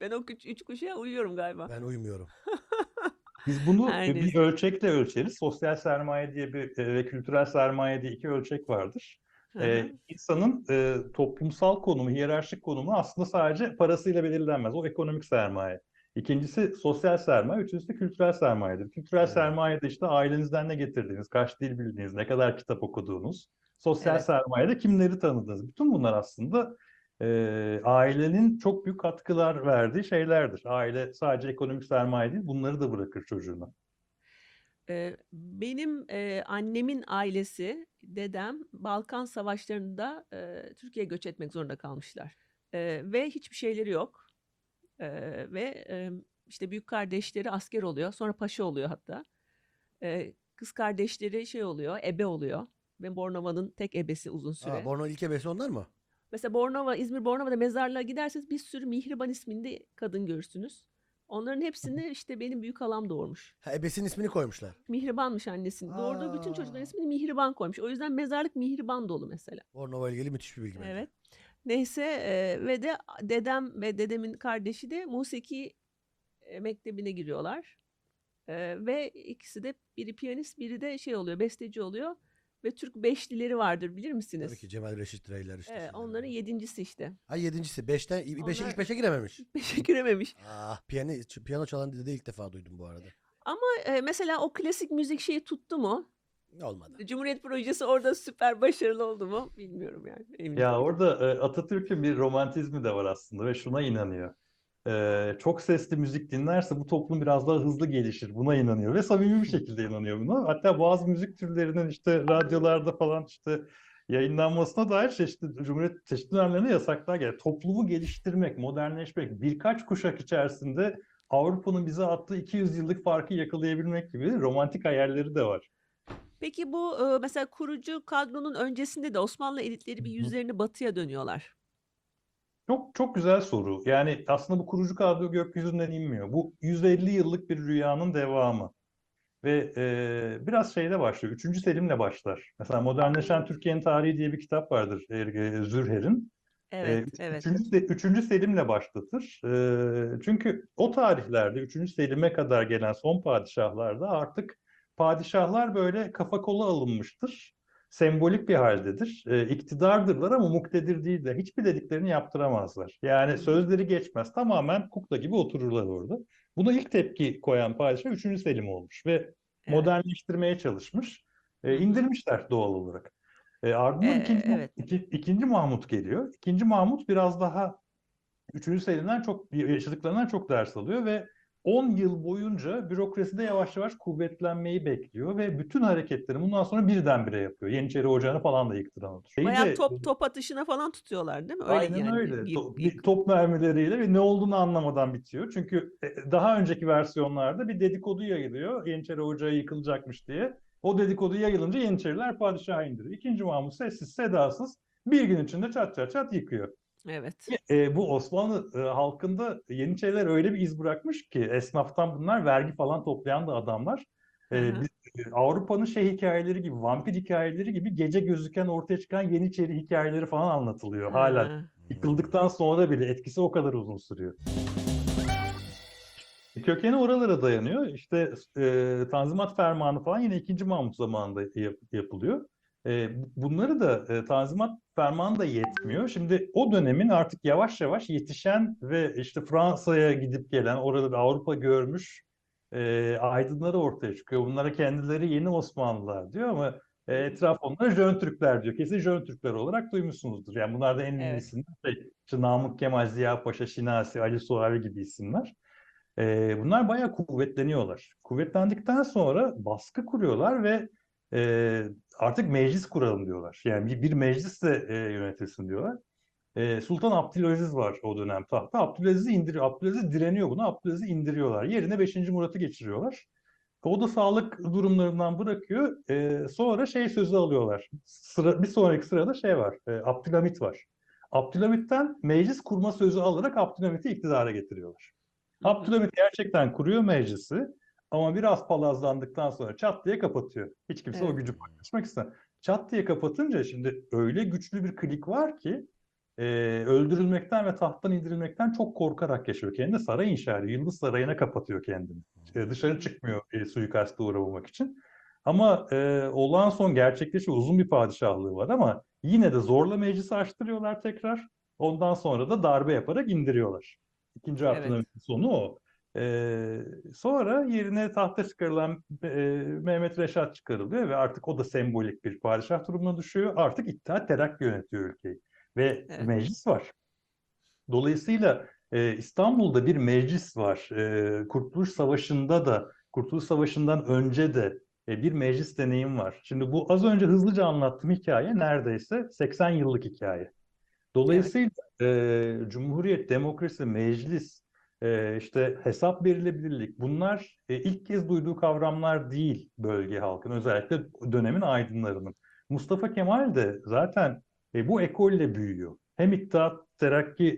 Speaker 1: Ben o üç, üç kuşağa uyuyorum galiba.
Speaker 2: Ben uyumuyorum.
Speaker 12: Biz bunu
Speaker 1: Her
Speaker 12: e, bir
Speaker 1: neyse.
Speaker 12: ölçekle ölçeriz. Sosyal sermaye diye bir e, ve kültürel sermaye diye iki ölçek vardır.
Speaker 1: Hı
Speaker 12: E,
Speaker 1: hı.
Speaker 12: insanın e, toplumsal konumu, hiyerarşik konumu aslında sadece parasıyla belirlenmez. O ekonomik sermaye. İkincisi sosyal sermaye, üçüncüsü de kültürel sermayedir. Kültürel sermaye de işte ailenizden ne getirdiğiniz, kaç dil bildiğiniz, ne kadar kitap okuduğunuz. Sosyal
Speaker 1: Evet.
Speaker 12: sermaye de kimleri tanıdığınız. Bütün bunlar aslında e, ailenin çok büyük katkılar verdiği şeylerdir. Aile sadece ekonomik sermaye değil, bunları da bırakır çocuğuna.
Speaker 1: Ee, benim e, annemin ailesi, dedem Balkan Savaşları'nda e, Türkiye'ye göç etmek zorunda kalmışlar. E, ve hiçbir şeyleri yok. E, ve e, işte büyük kardeşleri asker oluyor, sonra paşa oluyor hatta. E, kız kardeşleri şey oluyor, ebe oluyor. Ve Bornova'nın tek ebesi uzun süre.
Speaker 2: Aa, Borno ilk ebesi onlar mı?
Speaker 1: Mesela Bornova, İzmir Bornova'da mezarlığa giderseniz bir sürü Mihriban isminde kadın görürsünüz. Onların hepsini işte benim büyük halam doğurmuş.
Speaker 2: Ha, ebesinin ismini koymuşlar.
Speaker 1: Mihribanmış annesinin. Doğurduğu bütün çocukların ismini Mihriban koymuş. O yüzden mezarlık Mihriban dolu mesela.
Speaker 2: Bornova ilgili müthiş bir bilgi. bence.
Speaker 1: Evet. Neyse e, ve de dedem ve dedemin kardeşi de musiki e, mektebine giriyorlar. E, ve ikisi de biri piyanist biri de şey oluyor besteci oluyor. Ve Türk beşlileri vardır bilir misiniz?
Speaker 2: Tabii ki Cemal Reşit Reyler işte.
Speaker 1: Evet, onların yedincisi işte.
Speaker 2: Ay yedincisi. Beşten, i- beşe, ilk
Speaker 1: Onlar-
Speaker 2: beşe girememiş.
Speaker 1: Beşe girememiş.
Speaker 2: Ah, piyano, ç- piyano çalan dede ilk defa duydum bu arada.
Speaker 1: Ama e, mesela o klasik müzik şeyi tuttu mu?
Speaker 2: Olmadı.
Speaker 1: Cumhuriyet projesi orada süper başarılı oldu mu? Bilmiyorum yani. emin
Speaker 12: Ya
Speaker 1: değilim.
Speaker 12: orada e, Atatürk'ün bir romantizmi de var aslında ve şuna inanıyor. E, çok sesli müzik dinlerse bu toplum biraz daha hızlı gelişir. Buna inanıyor ve samimi bir şekilde inanıyor buna. Hatta bazı müzik türlerinin işte radyolarda falan işte yayınlanmasına dair çeşitli Cumhuriyet çeşitli dönemlerinde yasaklar geldi. Toplumu geliştirmek, modernleşmek, birkaç kuşak içerisinde Avrupa'nın bize attığı 200 yıllık farkı yakalayabilmek gibi romantik hayalleri de var.
Speaker 1: Peki bu e, mesela kurucu kadronun öncesinde de Osmanlı elitleri bir yüzlerini batıya dönüyorlar.
Speaker 12: Çok çok güzel soru. Yani aslında bu kurucu kadro gökyüzünden inmiyor. Bu 150 yıllık bir rüyanın devamı. Ve e, biraz şeyle başlıyor. Üçüncü Selim'le başlar. Mesela Modernleşen Türkiye'nin Tarihi diye bir kitap vardır e, e, Zürher'in. E,
Speaker 1: Evet,
Speaker 12: üç-
Speaker 1: evet.
Speaker 12: Üçüncü, Se- üçüncü Selim'le başlatır. E, çünkü o tarihlerde Üçüncü Selim'e kadar gelen son padişahlarda artık padişahlar böyle kafa kola alınmıştır. Sembolik bir haldedir. E, iktidardırlar ama muktedir değiller. Hiçbir dediklerini yaptıramazlar. Yani sözleri geçmez. Tamamen kukla gibi otururlar orada. Buna ilk tepki koyan padişah 3. Selim olmuş ve modernleştirmeye çalışmış. E, indirmişler doğal olarak. E, ardından
Speaker 1: E,
Speaker 12: ikinci,
Speaker 1: evet.
Speaker 12: iki- ikinci Mahmut geliyor. İkinci Mahmut biraz daha Üçüncü Selim'den çok yaşadıklarından çok ders alıyor ve 10 yıl boyunca bürokraside yavaş yavaş kuvvetlenmeyi bekliyor ve bütün hareketleri bundan sonra birdenbire yapıyor. Yeniçeri Ocağı'nı falan da yıktıran odur. Şeyi de-
Speaker 1: Bayağı top top atışına falan tutuyorlar değil mi? Öyle
Speaker 12: Aynen
Speaker 1: yani.
Speaker 12: öyle. To- bir top mermileriyle ve ne olduğunu anlamadan bitiyor. Çünkü e, daha önceki versiyonlarda bir dedikodu yayılıyor. Yeniçeri Ocağı yıkılacakmış diye. O dedikodu yayılınca Yeniçeriler padişahı indiriyor. İkinci Mahmut sessiz sedasız bir gün içinde çat çat çat yıkıyor.
Speaker 1: Evet.
Speaker 12: E, bu Osmanlı e, halkında Yeniçeriler öyle bir iz bırakmış ki esnaftan bunlar vergi falan toplayan da adamlar. E,
Speaker 13: Hı hı.
Speaker 12: biz- e, Avrupa'nın şey hikayeleri gibi, vampir hikayeleri gibi gece gözüken ortaya çıkan Yeniçeri hikayeleri falan anlatılıyor hala.
Speaker 1: Ha.
Speaker 12: Yıkıldıktan sonra bile etkisi o kadar uzun sürüyor. Kökeni oralara dayanıyor. İşte e, Tanzimat Fermanı falan yine 2. Mahmut zamanında yap- yapılıyor. E, bu- bunları da e, Tanzimat Fermanı da yetmiyor. Şimdi o dönemin artık yavaş yavaş yetişen ve işte Fransa'ya gidip gelen, orada bir Avrupa görmüş e, aydınları ortaya çıkıyor. Bunlara kendileri yeni Osmanlılar diyor ama e, etraf onlara Jön Türkler diyor. Kesin Jön Türkler olarak duymuşsunuzdur. Yani bunlar da en
Speaker 1: Evet.
Speaker 12: ünlüsünde şey, işte Namık Kemal, Ziya Paşa, Şinasi, Ali Suavi gibi isimler. E, bunlar bayağı kuvvetleniyorlar. Kuvvetlendikten sonra baskı kuruyorlar ve e, artık meclis kuralım diyorlar. Yani bir, bir meclis de e, yönetilsin diyorlar. E, Sultan Abdülaziz var o dönem tahtta. Abdülaziz'i indiriyor. Abdülaziz direniyor buna. Abdülaziz'i indiriyorlar. Yerine 5. Murat'ı geçiriyorlar. O da sağlık durumlarından bırakıyor. E, sonra şey sözü alıyorlar. Sıra, bir sonraki sırada şey var. E, Abdülhamit var. Abdülhamit'ten meclis kurma sözü alarak Abdülhamit'i iktidara getiriyorlar. Abdülhamit gerçekten kuruyor meclisi ama biraz palazlandıktan sonra çat diye kapatıyor. Hiç kimse o
Speaker 13: Evet.
Speaker 12: gücü paylaşmak istemez. Çat diye kapatınca şimdi öyle güçlü bir klik var ki e, öldürülmekten ve tahttan indirilmekten çok korkarak yaşıyor. Kendi saray inşa ediyor. Yıldız Sarayı'na kapatıyor kendini. E, dışarı çıkmıyor e, suikasta uğramamak için. Ama e, olağan son gerçekleşiyor. Uzun bir padişahlığı var ama yine de zorla meclisi açtırıyorlar tekrar. Ondan sonra da darbe yaparak indiriyorlar. İkinci
Speaker 13: Evet.
Speaker 12: Abdülhamit'in sonu o. Ee, sonra yerine tahta çıkarılan e, Mehmet Reşat çıkarılıyor ve artık o da sembolik bir padişah durumuna düşüyor. Artık İttihat Terakki yönetiyor ülkeyi ve meclis var. Dolayısıyla e, İstanbul'da bir meclis var. E, Kurtuluş Savaşı'nda da, Kurtuluş Savaşı'ndan önce de e, bir meclis deneyim var. Şimdi bu az önce hızlıca anlattığım hikaye neredeyse 80 yıllık hikaye. Dolayısıyla e, Cumhuriyet, demokrasi, meclis, e, işte hesap verilebilirlik bunlar e, ilk kez duyduğu kavramlar değil bölge halkın özellikle dönemin aydınlarının. Mustafa Kemal de zaten e, bu ekolle büyüyor. Hem İttihat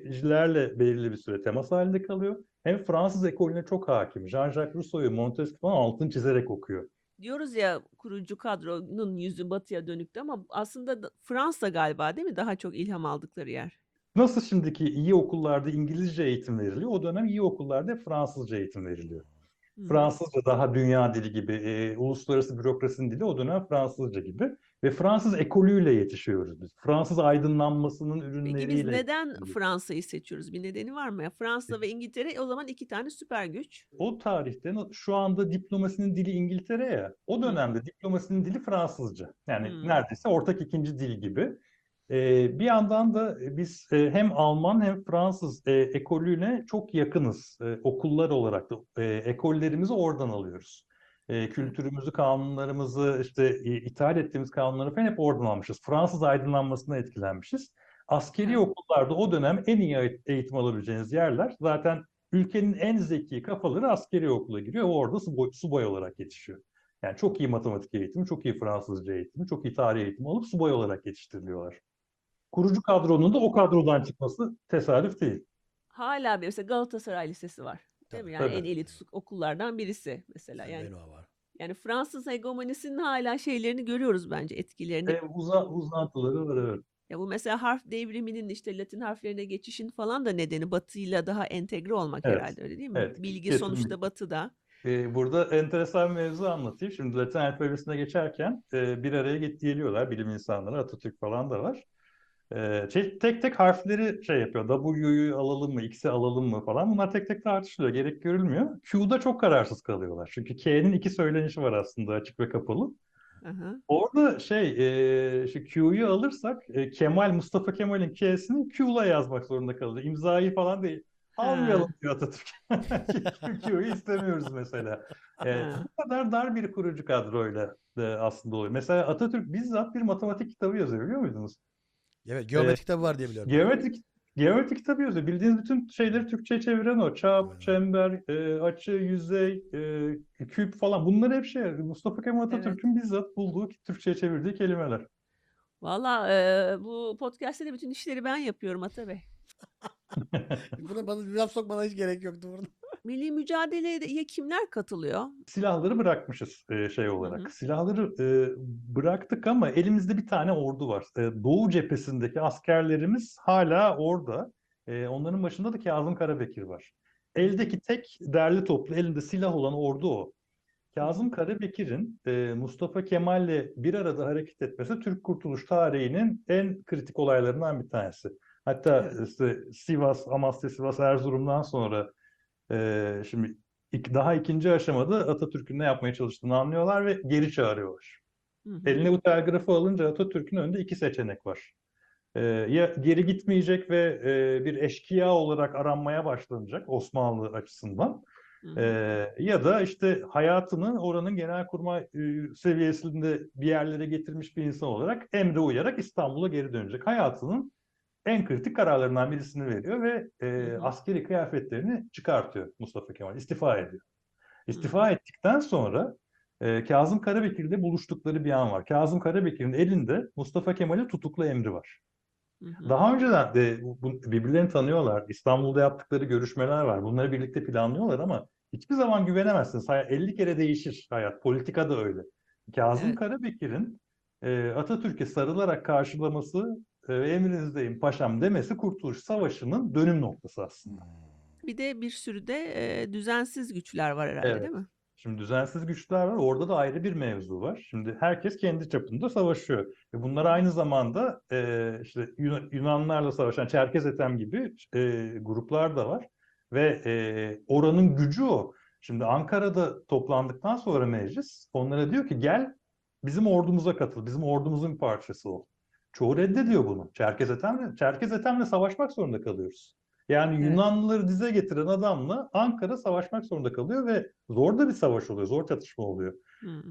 Speaker 12: Terakkicilerle belirli bir süre temas halinde kalıyor hem Fransız ekolüne çok hakim. Jean-Jacques Rousseau'yu Montesquieu falan altın çizerek okuyor.
Speaker 1: Diyoruz ya kurucu kadronun yüzü batıya dönüktü ama aslında da- Fransa galiba değil mi daha çok ilham aldıkları yer?
Speaker 12: Nasıl şimdiki iyi okullarda İngilizce eğitim veriliyor, o dönem iyi okullarda Fransızca eğitim veriliyor.
Speaker 1: Hmm.
Speaker 12: Fransızca daha dünya dili gibi, e, uluslararası bürokrasinin dili o dönem Fransızca gibi ve Fransız ekolüyle yetişiyoruz biz. Fransız aydınlanmasının
Speaker 1: Peki biz
Speaker 12: ürünleriyle.
Speaker 1: neden Fransa'yı seçiyoruz? Bir nedeni var mı? Ya Fransa ve İngiltere o zaman iki tane süper güç.
Speaker 12: O tarihte na- şu anda diplomasinin dili İngiltere ya. O dönemde diplomasinin dili Fransızca. Yani
Speaker 1: Hmm.
Speaker 12: neredeyse ortak ikinci dil gibi. Ee, bir yandan da biz e, hem Alman hem Fransız e, ekolüne çok yakınız. E, okullar olarak da e, ekollerimizi oradan alıyoruz. E, kültürümüzü, kanunlarımızı, işte e, ithal ettiğimiz kanunları falan hep oradan almışız. Fransız aydınlanmasına etkilenmişiz. Askeri okullarda o dönem en iyi eğit- eğitim alabileceğiniz yerler. Zaten ülkenin en zeki kafaları askeri okula giriyor ve orada subay, subay olarak yetişiyor. Yani çok iyi matematik eğitimi, çok iyi Fransızca eğitimi, çok iyi tarih eğitimi alıp subay olarak yetiştiriliyorlar. Kurucu kadronun da o kadrodan çıkması tesadüf değil.
Speaker 1: Hala bir- mesela Galatasaray Lisesi var. Değil mi? Yani
Speaker 12: Tabii.
Speaker 1: en elit su- okullardan birisi mesela yani. Yani Fransız hegemonisinin hala şeylerini görüyoruz bence etkilerini.
Speaker 12: E, uza, uzantıları var evet.
Speaker 1: Ya bu mesela harf devriminin işte Latin harflerine geçişin falan da nedeni Batı'yla daha entegre olmak
Speaker 12: Evet,
Speaker 1: herhalde öyle değil mi?
Speaker 12: evet,
Speaker 1: Bilgi
Speaker 12: kesinlikle.
Speaker 1: sonuçta Batı'da.
Speaker 12: Ee, burada enteresan bir mevzu anlatayım. Şimdi Latin alfabesine geçerken e, bir araya get- geliyorlar bilim insanları, Atatürk falan da var. Ee, şey- tek tek harfleri şey yapıyor. W'yu alalım mı, X'i alalım mı falan. Bunlar tek tek tartışılıyor. Gerek görülmüyor. Q'da çok kararsız kalıyorlar. Çünkü K'nin iki söylenişi var aslında açık ve kapalı.
Speaker 1: Aha.
Speaker 12: Orada şey, e, şu Q'yu alırsak e, Kemal, Mustafa Kemal'in K'sini Q'la yazmak zorunda kalıyor. İmzayı falan değil. Almayalım diyor Atatürk. Türkiye'yi istemiyoruz mesela. Ee,
Speaker 13: Ha.
Speaker 12: bu kadar dar bir kurucu kadroyla da aslında oluyor. Mesela Atatürk bizzat bir matematik kitabı yazıyor biliyor muydunuz? Ee,
Speaker 2: Evet, geometri kitabı var diye biliyorum.
Speaker 12: Geometri, geometri kitabı yazıyor. Bildiğiniz bütün şeyleri Türkçe'ye çeviren o. Çap, çember, e, açı, yüzey, e, küp falan. Bunlar hep şey Mustafa Kemal Atatürk'ün bizzat bulduğu, Türkçe'ye çevirdiği kelimeler.
Speaker 1: Valla e, bu podcast'te de bütün işleri ben yapıyorum Ata Bey.
Speaker 2: Buna bana bir laf sokmana hiç gerek yoktu burada.
Speaker 1: Milli mücadeleye kimler katılıyor?
Speaker 12: Silahları bırakmışız e, şey olarak. Silahları e, bıraktık ama elimizde bir tane ordu var. E, Doğu cephesindeki askerlerimiz hala orada. E, onların başında da Kazım Karabekir var. Eldeki tek derli toplu elinde silah olan ordu o. Kazım Karabekir'in e, Mustafa Kemal'le bir arada hareket etmesi Türk Kurtuluş tarihinin en kritik olaylarından bir tanesi. Hatta işte Sivas, Amasya, Sivas, Erzurum'dan sonra e, şimdi ik- daha ikinci aşamada Atatürk'ün ne yapmaya çalıştığını anlıyorlar ve geri çağırıyorlar. Eline bu telgrafı alınca Atatürk'ün önünde iki seçenek var. E, ya geri gitmeyecek ve e, bir eşkıya olarak aranmaya başlanacak Osmanlı açısından. Ee, ya da işte hayatını oranın genelkurmay e, seviyesinde bir yerlere getirmiş bir insan olarak emre uyarak İstanbul'a geri dönecek. Hayatının en kritik kararlarından birisini veriyor ve e, askeri kıyafetlerini çıkartıyor Mustafa Kemal. İstifa ediyor. İstifa ettikten sonra e, Kazım Karabekir'le buluştukları bir an var. Kazım Karabekir'in elinde Mustafa Kemal'i tutukla emri var. Daha önceden de bu- bu- birbirlerini tanıyorlar. İstanbul'da yaptıkları görüşmeler var. Bunları birlikte planlıyorlar ama hiçbir zaman güvenemezsiniz. Hay- 50 kere değişir hayat. Politika da öyle. Kazım Karabekir'in e, Atatürk'e sarılarak karşılaması e, emrinizdeyim paşam demesi Kurtuluş Savaşı'nın dönüm noktası aslında.
Speaker 1: Bir de bir sürü de e, düzensiz güçler var herhalde
Speaker 12: Evet.
Speaker 1: değil mi?
Speaker 12: Şimdi düzensiz güçler var. Orada da ayrı bir mevzu var. Şimdi herkes kendi çapında savaşıyor. Ve bunlar aynı zamanda e, işte Yunan- Yunanlarla savaşan Çerkez Etem gibi e, gruplar da var. Ve e, oranın gücü o. Şimdi Ankara'da toplandıktan sonra meclis onlara diyor ki gel bizim ordumuza katıl. Bizim ordumuzun bir parçası ol. Çoğu reddediyor bunu. Çerkez Etem'le, Çerkez Etem'le savaşmak zorunda kalıyoruz. Yani Yunanlıları dize getiren adamla Ankara savaşmak zorunda kalıyor ve zor da bir savaş oluyor, zor çatışma oluyor.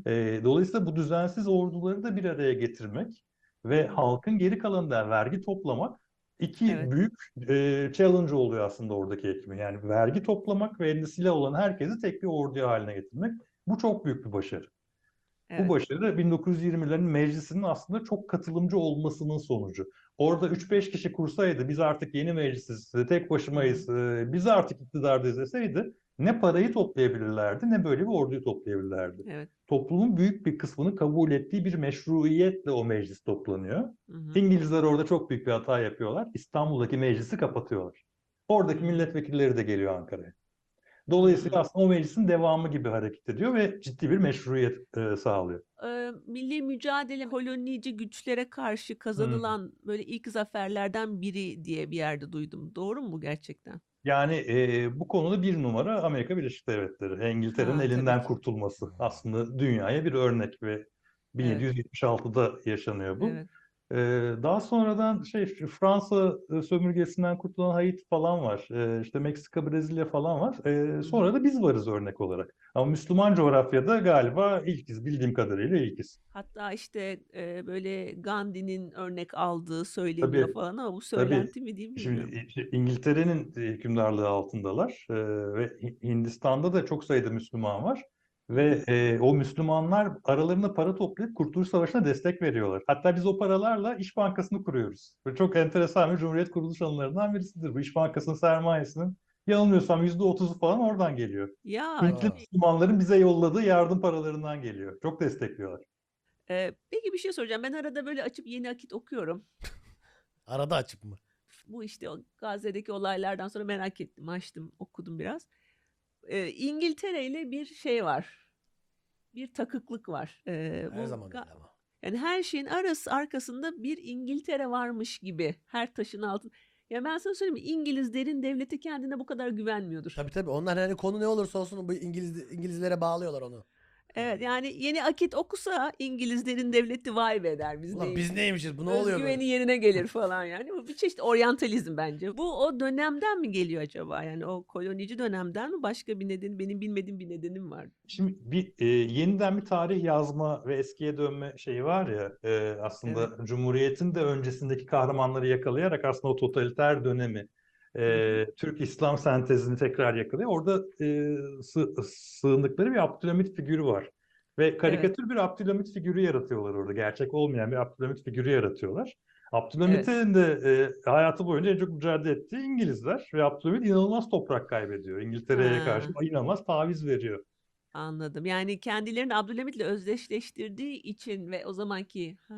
Speaker 12: Ee, dolayısıyla bu düzensiz orduları da bir araya getirmek ve halkın geri kalanından vergi toplamak iki büyük e, challenge oluyor aslında oradaki ekibin. Yani vergi toplamak ve elinde silah olan herkesi tek bir orduya haline getirmek. Bu çok büyük bir başarı. Bu başarı da 1920'lerin meclisinin aslında çok katılımcı olmasının sonucu. Orada 3-5 kişi kursaydı biz artık yeni meclisiz, e, tek başımayız, e, biz artık iktidardayız deseydi ne parayı toplayabilirlerdi ne böyle bir orduyu toplayabilirlerdi.
Speaker 1: Evet.
Speaker 12: Toplumun büyük bir kısmını kabul ettiği bir meşruiyetle o meclis toplanıyor. İngilizler orada çok büyük bir hata yapıyorlar. İstanbul'daki meclisi kapatıyorlar. Oradaki milletvekilleri de geliyor Ankara'ya. Dolayısıyla aslında o meclisin devamı gibi hareket ediyor ve ciddi bir meşruiyet e, sağlıyor.
Speaker 1: E, milli mücadele kolonici güçlere karşı kazanılan böyle ilk zaferlerden biri diye bir yerde duydum. Doğru mu bu gerçekten?
Speaker 12: Yani e, bu konuda bir numara Amerika Birleşik Devletleri, İngiltere'nin
Speaker 1: Ha, tabii
Speaker 12: elinden kurtulması aslında dünyaya bir örnek ve 1776'da yaşanıyor bu.
Speaker 1: Evet.
Speaker 12: E, daha sonradan şey şu Fransa e, sömürgesinden kurtulan Haiti falan var, E, işte Meksika, Brezilya falan var. E, sonra da biz varız örnek olarak. Ama Müslüman coğrafyada galiba ilkiz, bildiğim kadarıyla ilkiz.
Speaker 1: Hatta işte e, böyle Gandhi'nin örnek aldığı söyleniyor
Speaker 12: Tabii,
Speaker 1: falan ama bu
Speaker 12: tabii.
Speaker 1: söylenti mi değil mi
Speaker 12: Şimdi
Speaker 1: bilmiyorum.
Speaker 12: işte İngiltere'nin e, hükümdarlığı altındalar e, ve Hi- Hindistan'da da çok sayıda Müslüman var. Ve e, o Müslümanlar aralarında para toplayıp Kurtuluş Savaşı'na destek veriyorlar. Hatta biz o paralarla İş Bankası'nı kuruyoruz. Ve çok enteresan bir Cumhuriyet kuruluş anılarından birisidir. Bu İş Bankası'nın sermayesinin yanılmıyorsam %30'u falan oradan geliyor.
Speaker 1: Ya
Speaker 12: Hintli
Speaker 1: çok iyi.
Speaker 12: Müslümanların bize yolladığı yardım paralarından geliyor. Çok destekliyorlar.
Speaker 1: E, peki bir şey soracağım. Ben arada böyle açıp Yeni Akit okuyorum.
Speaker 2: Arada açıp mı?
Speaker 1: bu işte o Gazze'deki olaylardan sonra merak ettim, açtım, okudum biraz. Ee, İngiltere ile bir şey var. Bir takıklık var. Ee,
Speaker 2: Her
Speaker 1: bu
Speaker 2: zaman
Speaker 1: ga- Yani her şeyin arası arkasında bir İngiltere varmış gibi. Her taşın altında. Ya ben sana söyleyeyim mi? İngiliz derin devleti kendine bu kadar güvenmiyordur.
Speaker 2: Tabii tabii onlar hani konu ne olursa olsun bu İngiliz İngilizlere bağlıyorlar onu.
Speaker 1: Evet yani yeni akit okusa İngilizlerin devleti vay be der biz
Speaker 2: Ulan biz neymişiz, bu ne oluyor böyle?
Speaker 1: Özgüveni yerine gelir falan yani. Bu bir çeşit oryantalizm bence. Bu o dönemden mi geliyor acaba? Yani o kolonici dönemden mi başka bir nedeni benim bilmediğim bir nedenim var.
Speaker 12: Şimdi bir e, yeniden bir tarih yazma ve eskiye dönme şeyi var ya e, aslında Cumhuriyet'in de öncesindeki kahramanları yakalayarak aslında o totaliter dönemi e, Türk-İslam sentezini tekrar yakalıyor. Orada e, sı- sığındıkları bir Abdülhamit figürü var. Ve karikatür bir Abdülhamit figürü yaratıyorlar orada. Gerçek olmayan bir Abdülhamit figürü yaratıyorlar. Abdülhamit'in de e, hayatı boyunca en çok mücadele ettiği İngilizler ve Abdülhamit inanılmaz toprak kaybediyor. İngiltere'ye
Speaker 1: Ha.
Speaker 12: karşı inanılmaz taviz veriyor.
Speaker 1: Anladım. Yani kendilerini Abdülhamit'le özdeşleştirdiği için ve o zamanki ha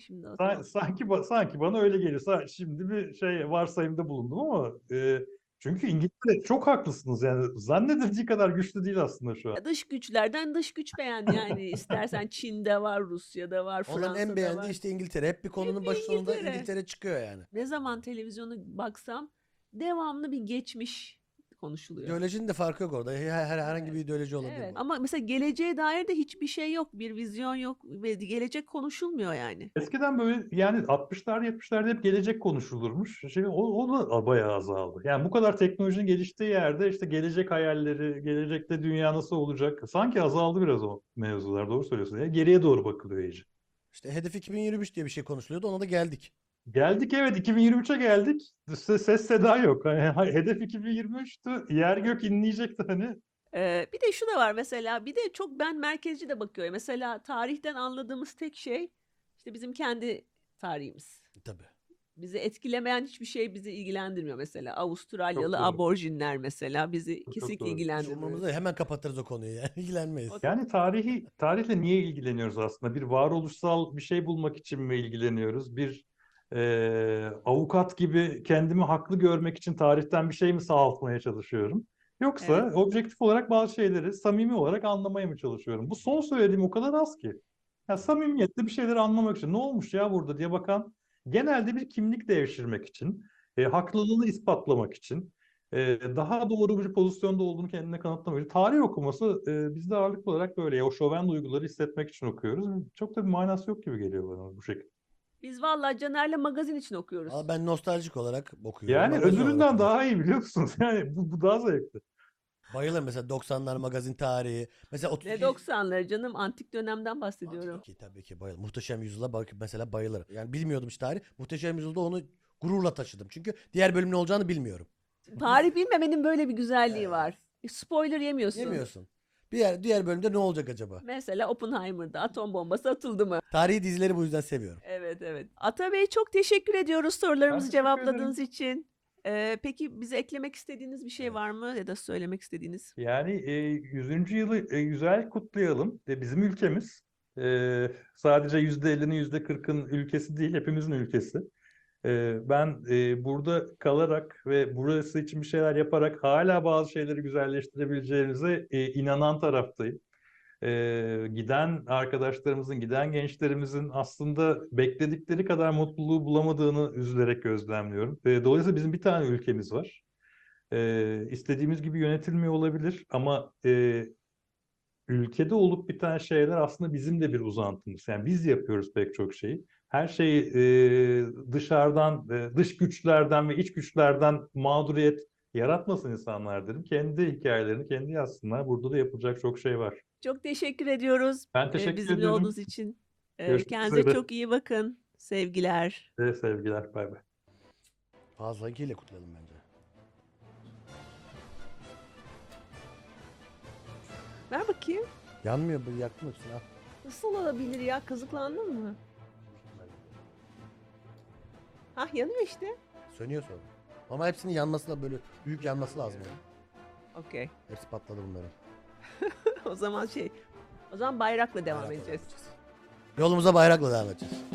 Speaker 1: şimdi o
Speaker 12: Sa-
Speaker 1: zaman-
Speaker 12: Sanki ba- sanki bana öyle geliyor. Sa- Şimdi bir şey varsayımda bulundum ama e, çünkü İngiltere çok haklısınız yani zannedildiği kadar güçlü değil aslında şu an.
Speaker 1: dış güçlerden dış güç beğen yani istersen Çin'de var, Rusya'da var,
Speaker 2: Onların
Speaker 1: Fransa'da
Speaker 2: en
Speaker 1: var.
Speaker 2: beğendiği işte İngiltere. Hep bir konunun başı sonunda
Speaker 1: İngiltere.
Speaker 2: İngiltere çıkıyor yani.
Speaker 1: Ne zaman televizyonu baksam devamlı bir geçmiş konuşuluyor.
Speaker 2: İdeolojinin de farkı yok orada. Her, her- herhangi bir ideoloji olabilir.
Speaker 1: Evet. Ama mesela geleceğe dair de hiçbir şey yok. Bir vizyon yok ve gelecek konuşulmuyor yani.
Speaker 12: Eskiden böyle yani 60'lar 70'lerde hep gelecek konuşulurmuş. Şimdi o, o da bayağı azaldı. Yani bu kadar teknolojinin geliştiği yerde işte gelecek hayalleri, gelecekte dünya nasıl olacak? Sanki azaldı biraz o mevzular. Doğru söylüyorsun. Ya geriye doğru bakılıyor iyice.
Speaker 2: İşte hedef 2023 diye bir şey konuşuluyordu. Ona da geldik.
Speaker 12: Geldik evet 2023'e geldik. Se- Ses seda yok. Hani ha- hedef 2023'tü. Yer gök inleyecekti hani.
Speaker 1: Ee, bir de şu da var mesela bir de çok ben merkezci de bakıyorum. Mesela tarihten anladığımız tek şey işte bizim kendi tarihimiz.
Speaker 2: Tabii.
Speaker 1: Bizi etkilemeyen hiçbir şey bizi ilgilendirmiyor mesela.
Speaker 2: Çok
Speaker 1: Avustralyalı
Speaker 2: doğru.
Speaker 1: aborjinler mesela bizi kesinlikle
Speaker 12: doğru. Hiç
Speaker 1: ilgilendirmiyor.
Speaker 2: Umurumuzda hemen kapatırız o konuyu yani. İlgilenmeyiz.
Speaker 12: Yani tarihi tarihle niye ilgileniyoruz aslında? Bir varoluşsal bir şey bulmak için mi ilgileniyoruz? Bir eee, avukat gibi kendimi haklı görmek için tarihten bir şey mi sağaltmaya çalışıyorum? Yoksa
Speaker 1: Evet.
Speaker 12: objektif olarak bazı şeyleri samimi olarak anlamaya mı çalışıyorum? Bu son söylediğim o kadar az ki. Ya samimiyetle bir şeyleri anlamak için ne olmuş ya burada diye bakan genelde bir kimlik devşirmek için, e, haklılığını ispatlamak için, e, daha doğru bir pozisyonda olduğunu kendine kanıtlamak için. Tarih okuması e, bizde ağırlıklı olarak böyle ya, o şoven duyguları hissetmek için okuyoruz. Çok da bir manası yok gibi geliyor bana bu şekilde.
Speaker 1: Biz vallahi Caner'le magazin için okuyoruz.
Speaker 2: Valla ben nostaljik olarak okuyorum.
Speaker 12: Yani
Speaker 2: Magazin olarak
Speaker 12: öbüründen
Speaker 2: okuyorum.
Speaker 12: daha iyi biliyor musunuz? Yani bu, bu daha zevkli.
Speaker 2: Bayılırım mesela 90'lar magazin tarihi. Mesela 30
Speaker 1: Ne 90'ları canım antik dönemden bahsediyorum.
Speaker 2: Ki tabii ki bayılırım. Muhteşem Yüzyıl'a bak mesela bayılırım. Yani bilmiyordum hiç tarih. Muhteşem Yüzyıl'da onu gururla taşıdım. Çünkü diğer bölüm ne olacağını bilmiyorum.
Speaker 1: Tarih bilmemenin böyle bir güzelliği var. Spoiler yemiyorsun.
Speaker 2: Yemiyorsun. Diğer, diğer bölümde ne olacak acaba?
Speaker 1: Mesela Oppenheimer'da atom bombası atıldı mı?
Speaker 2: Tarihi dizileri bu yüzden seviyorum.
Speaker 1: Evet evet. Ata Bey çok teşekkür ediyoruz sorularımızı
Speaker 2: Ben teşekkür ederim.
Speaker 1: cevapladığınız için. Ee, peki bize eklemek istediğiniz bir şey var mı ya da söylemek istediğiniz?
Speaker 12: Yani e, 100. yılı e, güzel kutlayalım. E, bizim ülkemiz e, sadece %50'nin %40'ın ülkesi değil, hepimizin ülkesi. E, ben e, burada kalarak ve burası için bir şeyler yaparak hala bazı şeyleri güzelleştirebileceğimize e, inanan taraftayım. E, giden arkadaşlarımızın, giden gençlerimizin aslında bekledikleri kadar mutluluğu bulamadığını üzülerek gözlemliyorum. E, dolayısıyla bizim bir tane ülkemiz var. Eee, istediğimiz gibi yönetilmiyor olabilir ama eee, ülkede olup biten şeyler aslında bizim de bir uzantımız. Yani biz yapıyoruz pek çok şeyi. Her şeyi eee, dışarıdan, eee, dış güçlerden ve iç güçlerden mağduriyet yaratmasın insanlar derim. Kendi hikayelerini kendi yazsınlar. Burada da yapılacak çok şey var.
Speaker 1: Çok teşekkür ediyoruz
Speaker 12: Ben
Speaker 1: e,
Speaker 12: teşekkür
Speaker 1: bizimle
Speaker 12: ediyorum.
Speaker 1: olduğunuz için. Ee,
Speaker 12: Görüşmek
Speaker 1: kendinize
Speaker 12: üzere.
Speaker 1: çok iyi bakın. Sevgiler.
Speaker 12: Size sevgiler. Bay bay.
Speaker 2: Fazla ile kutlayalım bence.
Speaker 1: Ver bakayım.
Speaker 2: Yanmıyor bu yaktın hepsini al.
Speaker 1: Nasıl olabilir ya? Kazıklandın mı? Hah yanıyor işte.
Speaker 2: Sönüyor sonra. Ama hepsinin yanması da böyle büyük yanması lazım. yani.
Speaker 1: Okey.
Speaker 2: Hepsi patladı bunların.
Speaker 1: o zaman şey. O zaman bayrakla devam edeceğiz.
Speaker 2: Yolumuza bayrakla devam edeceğiz.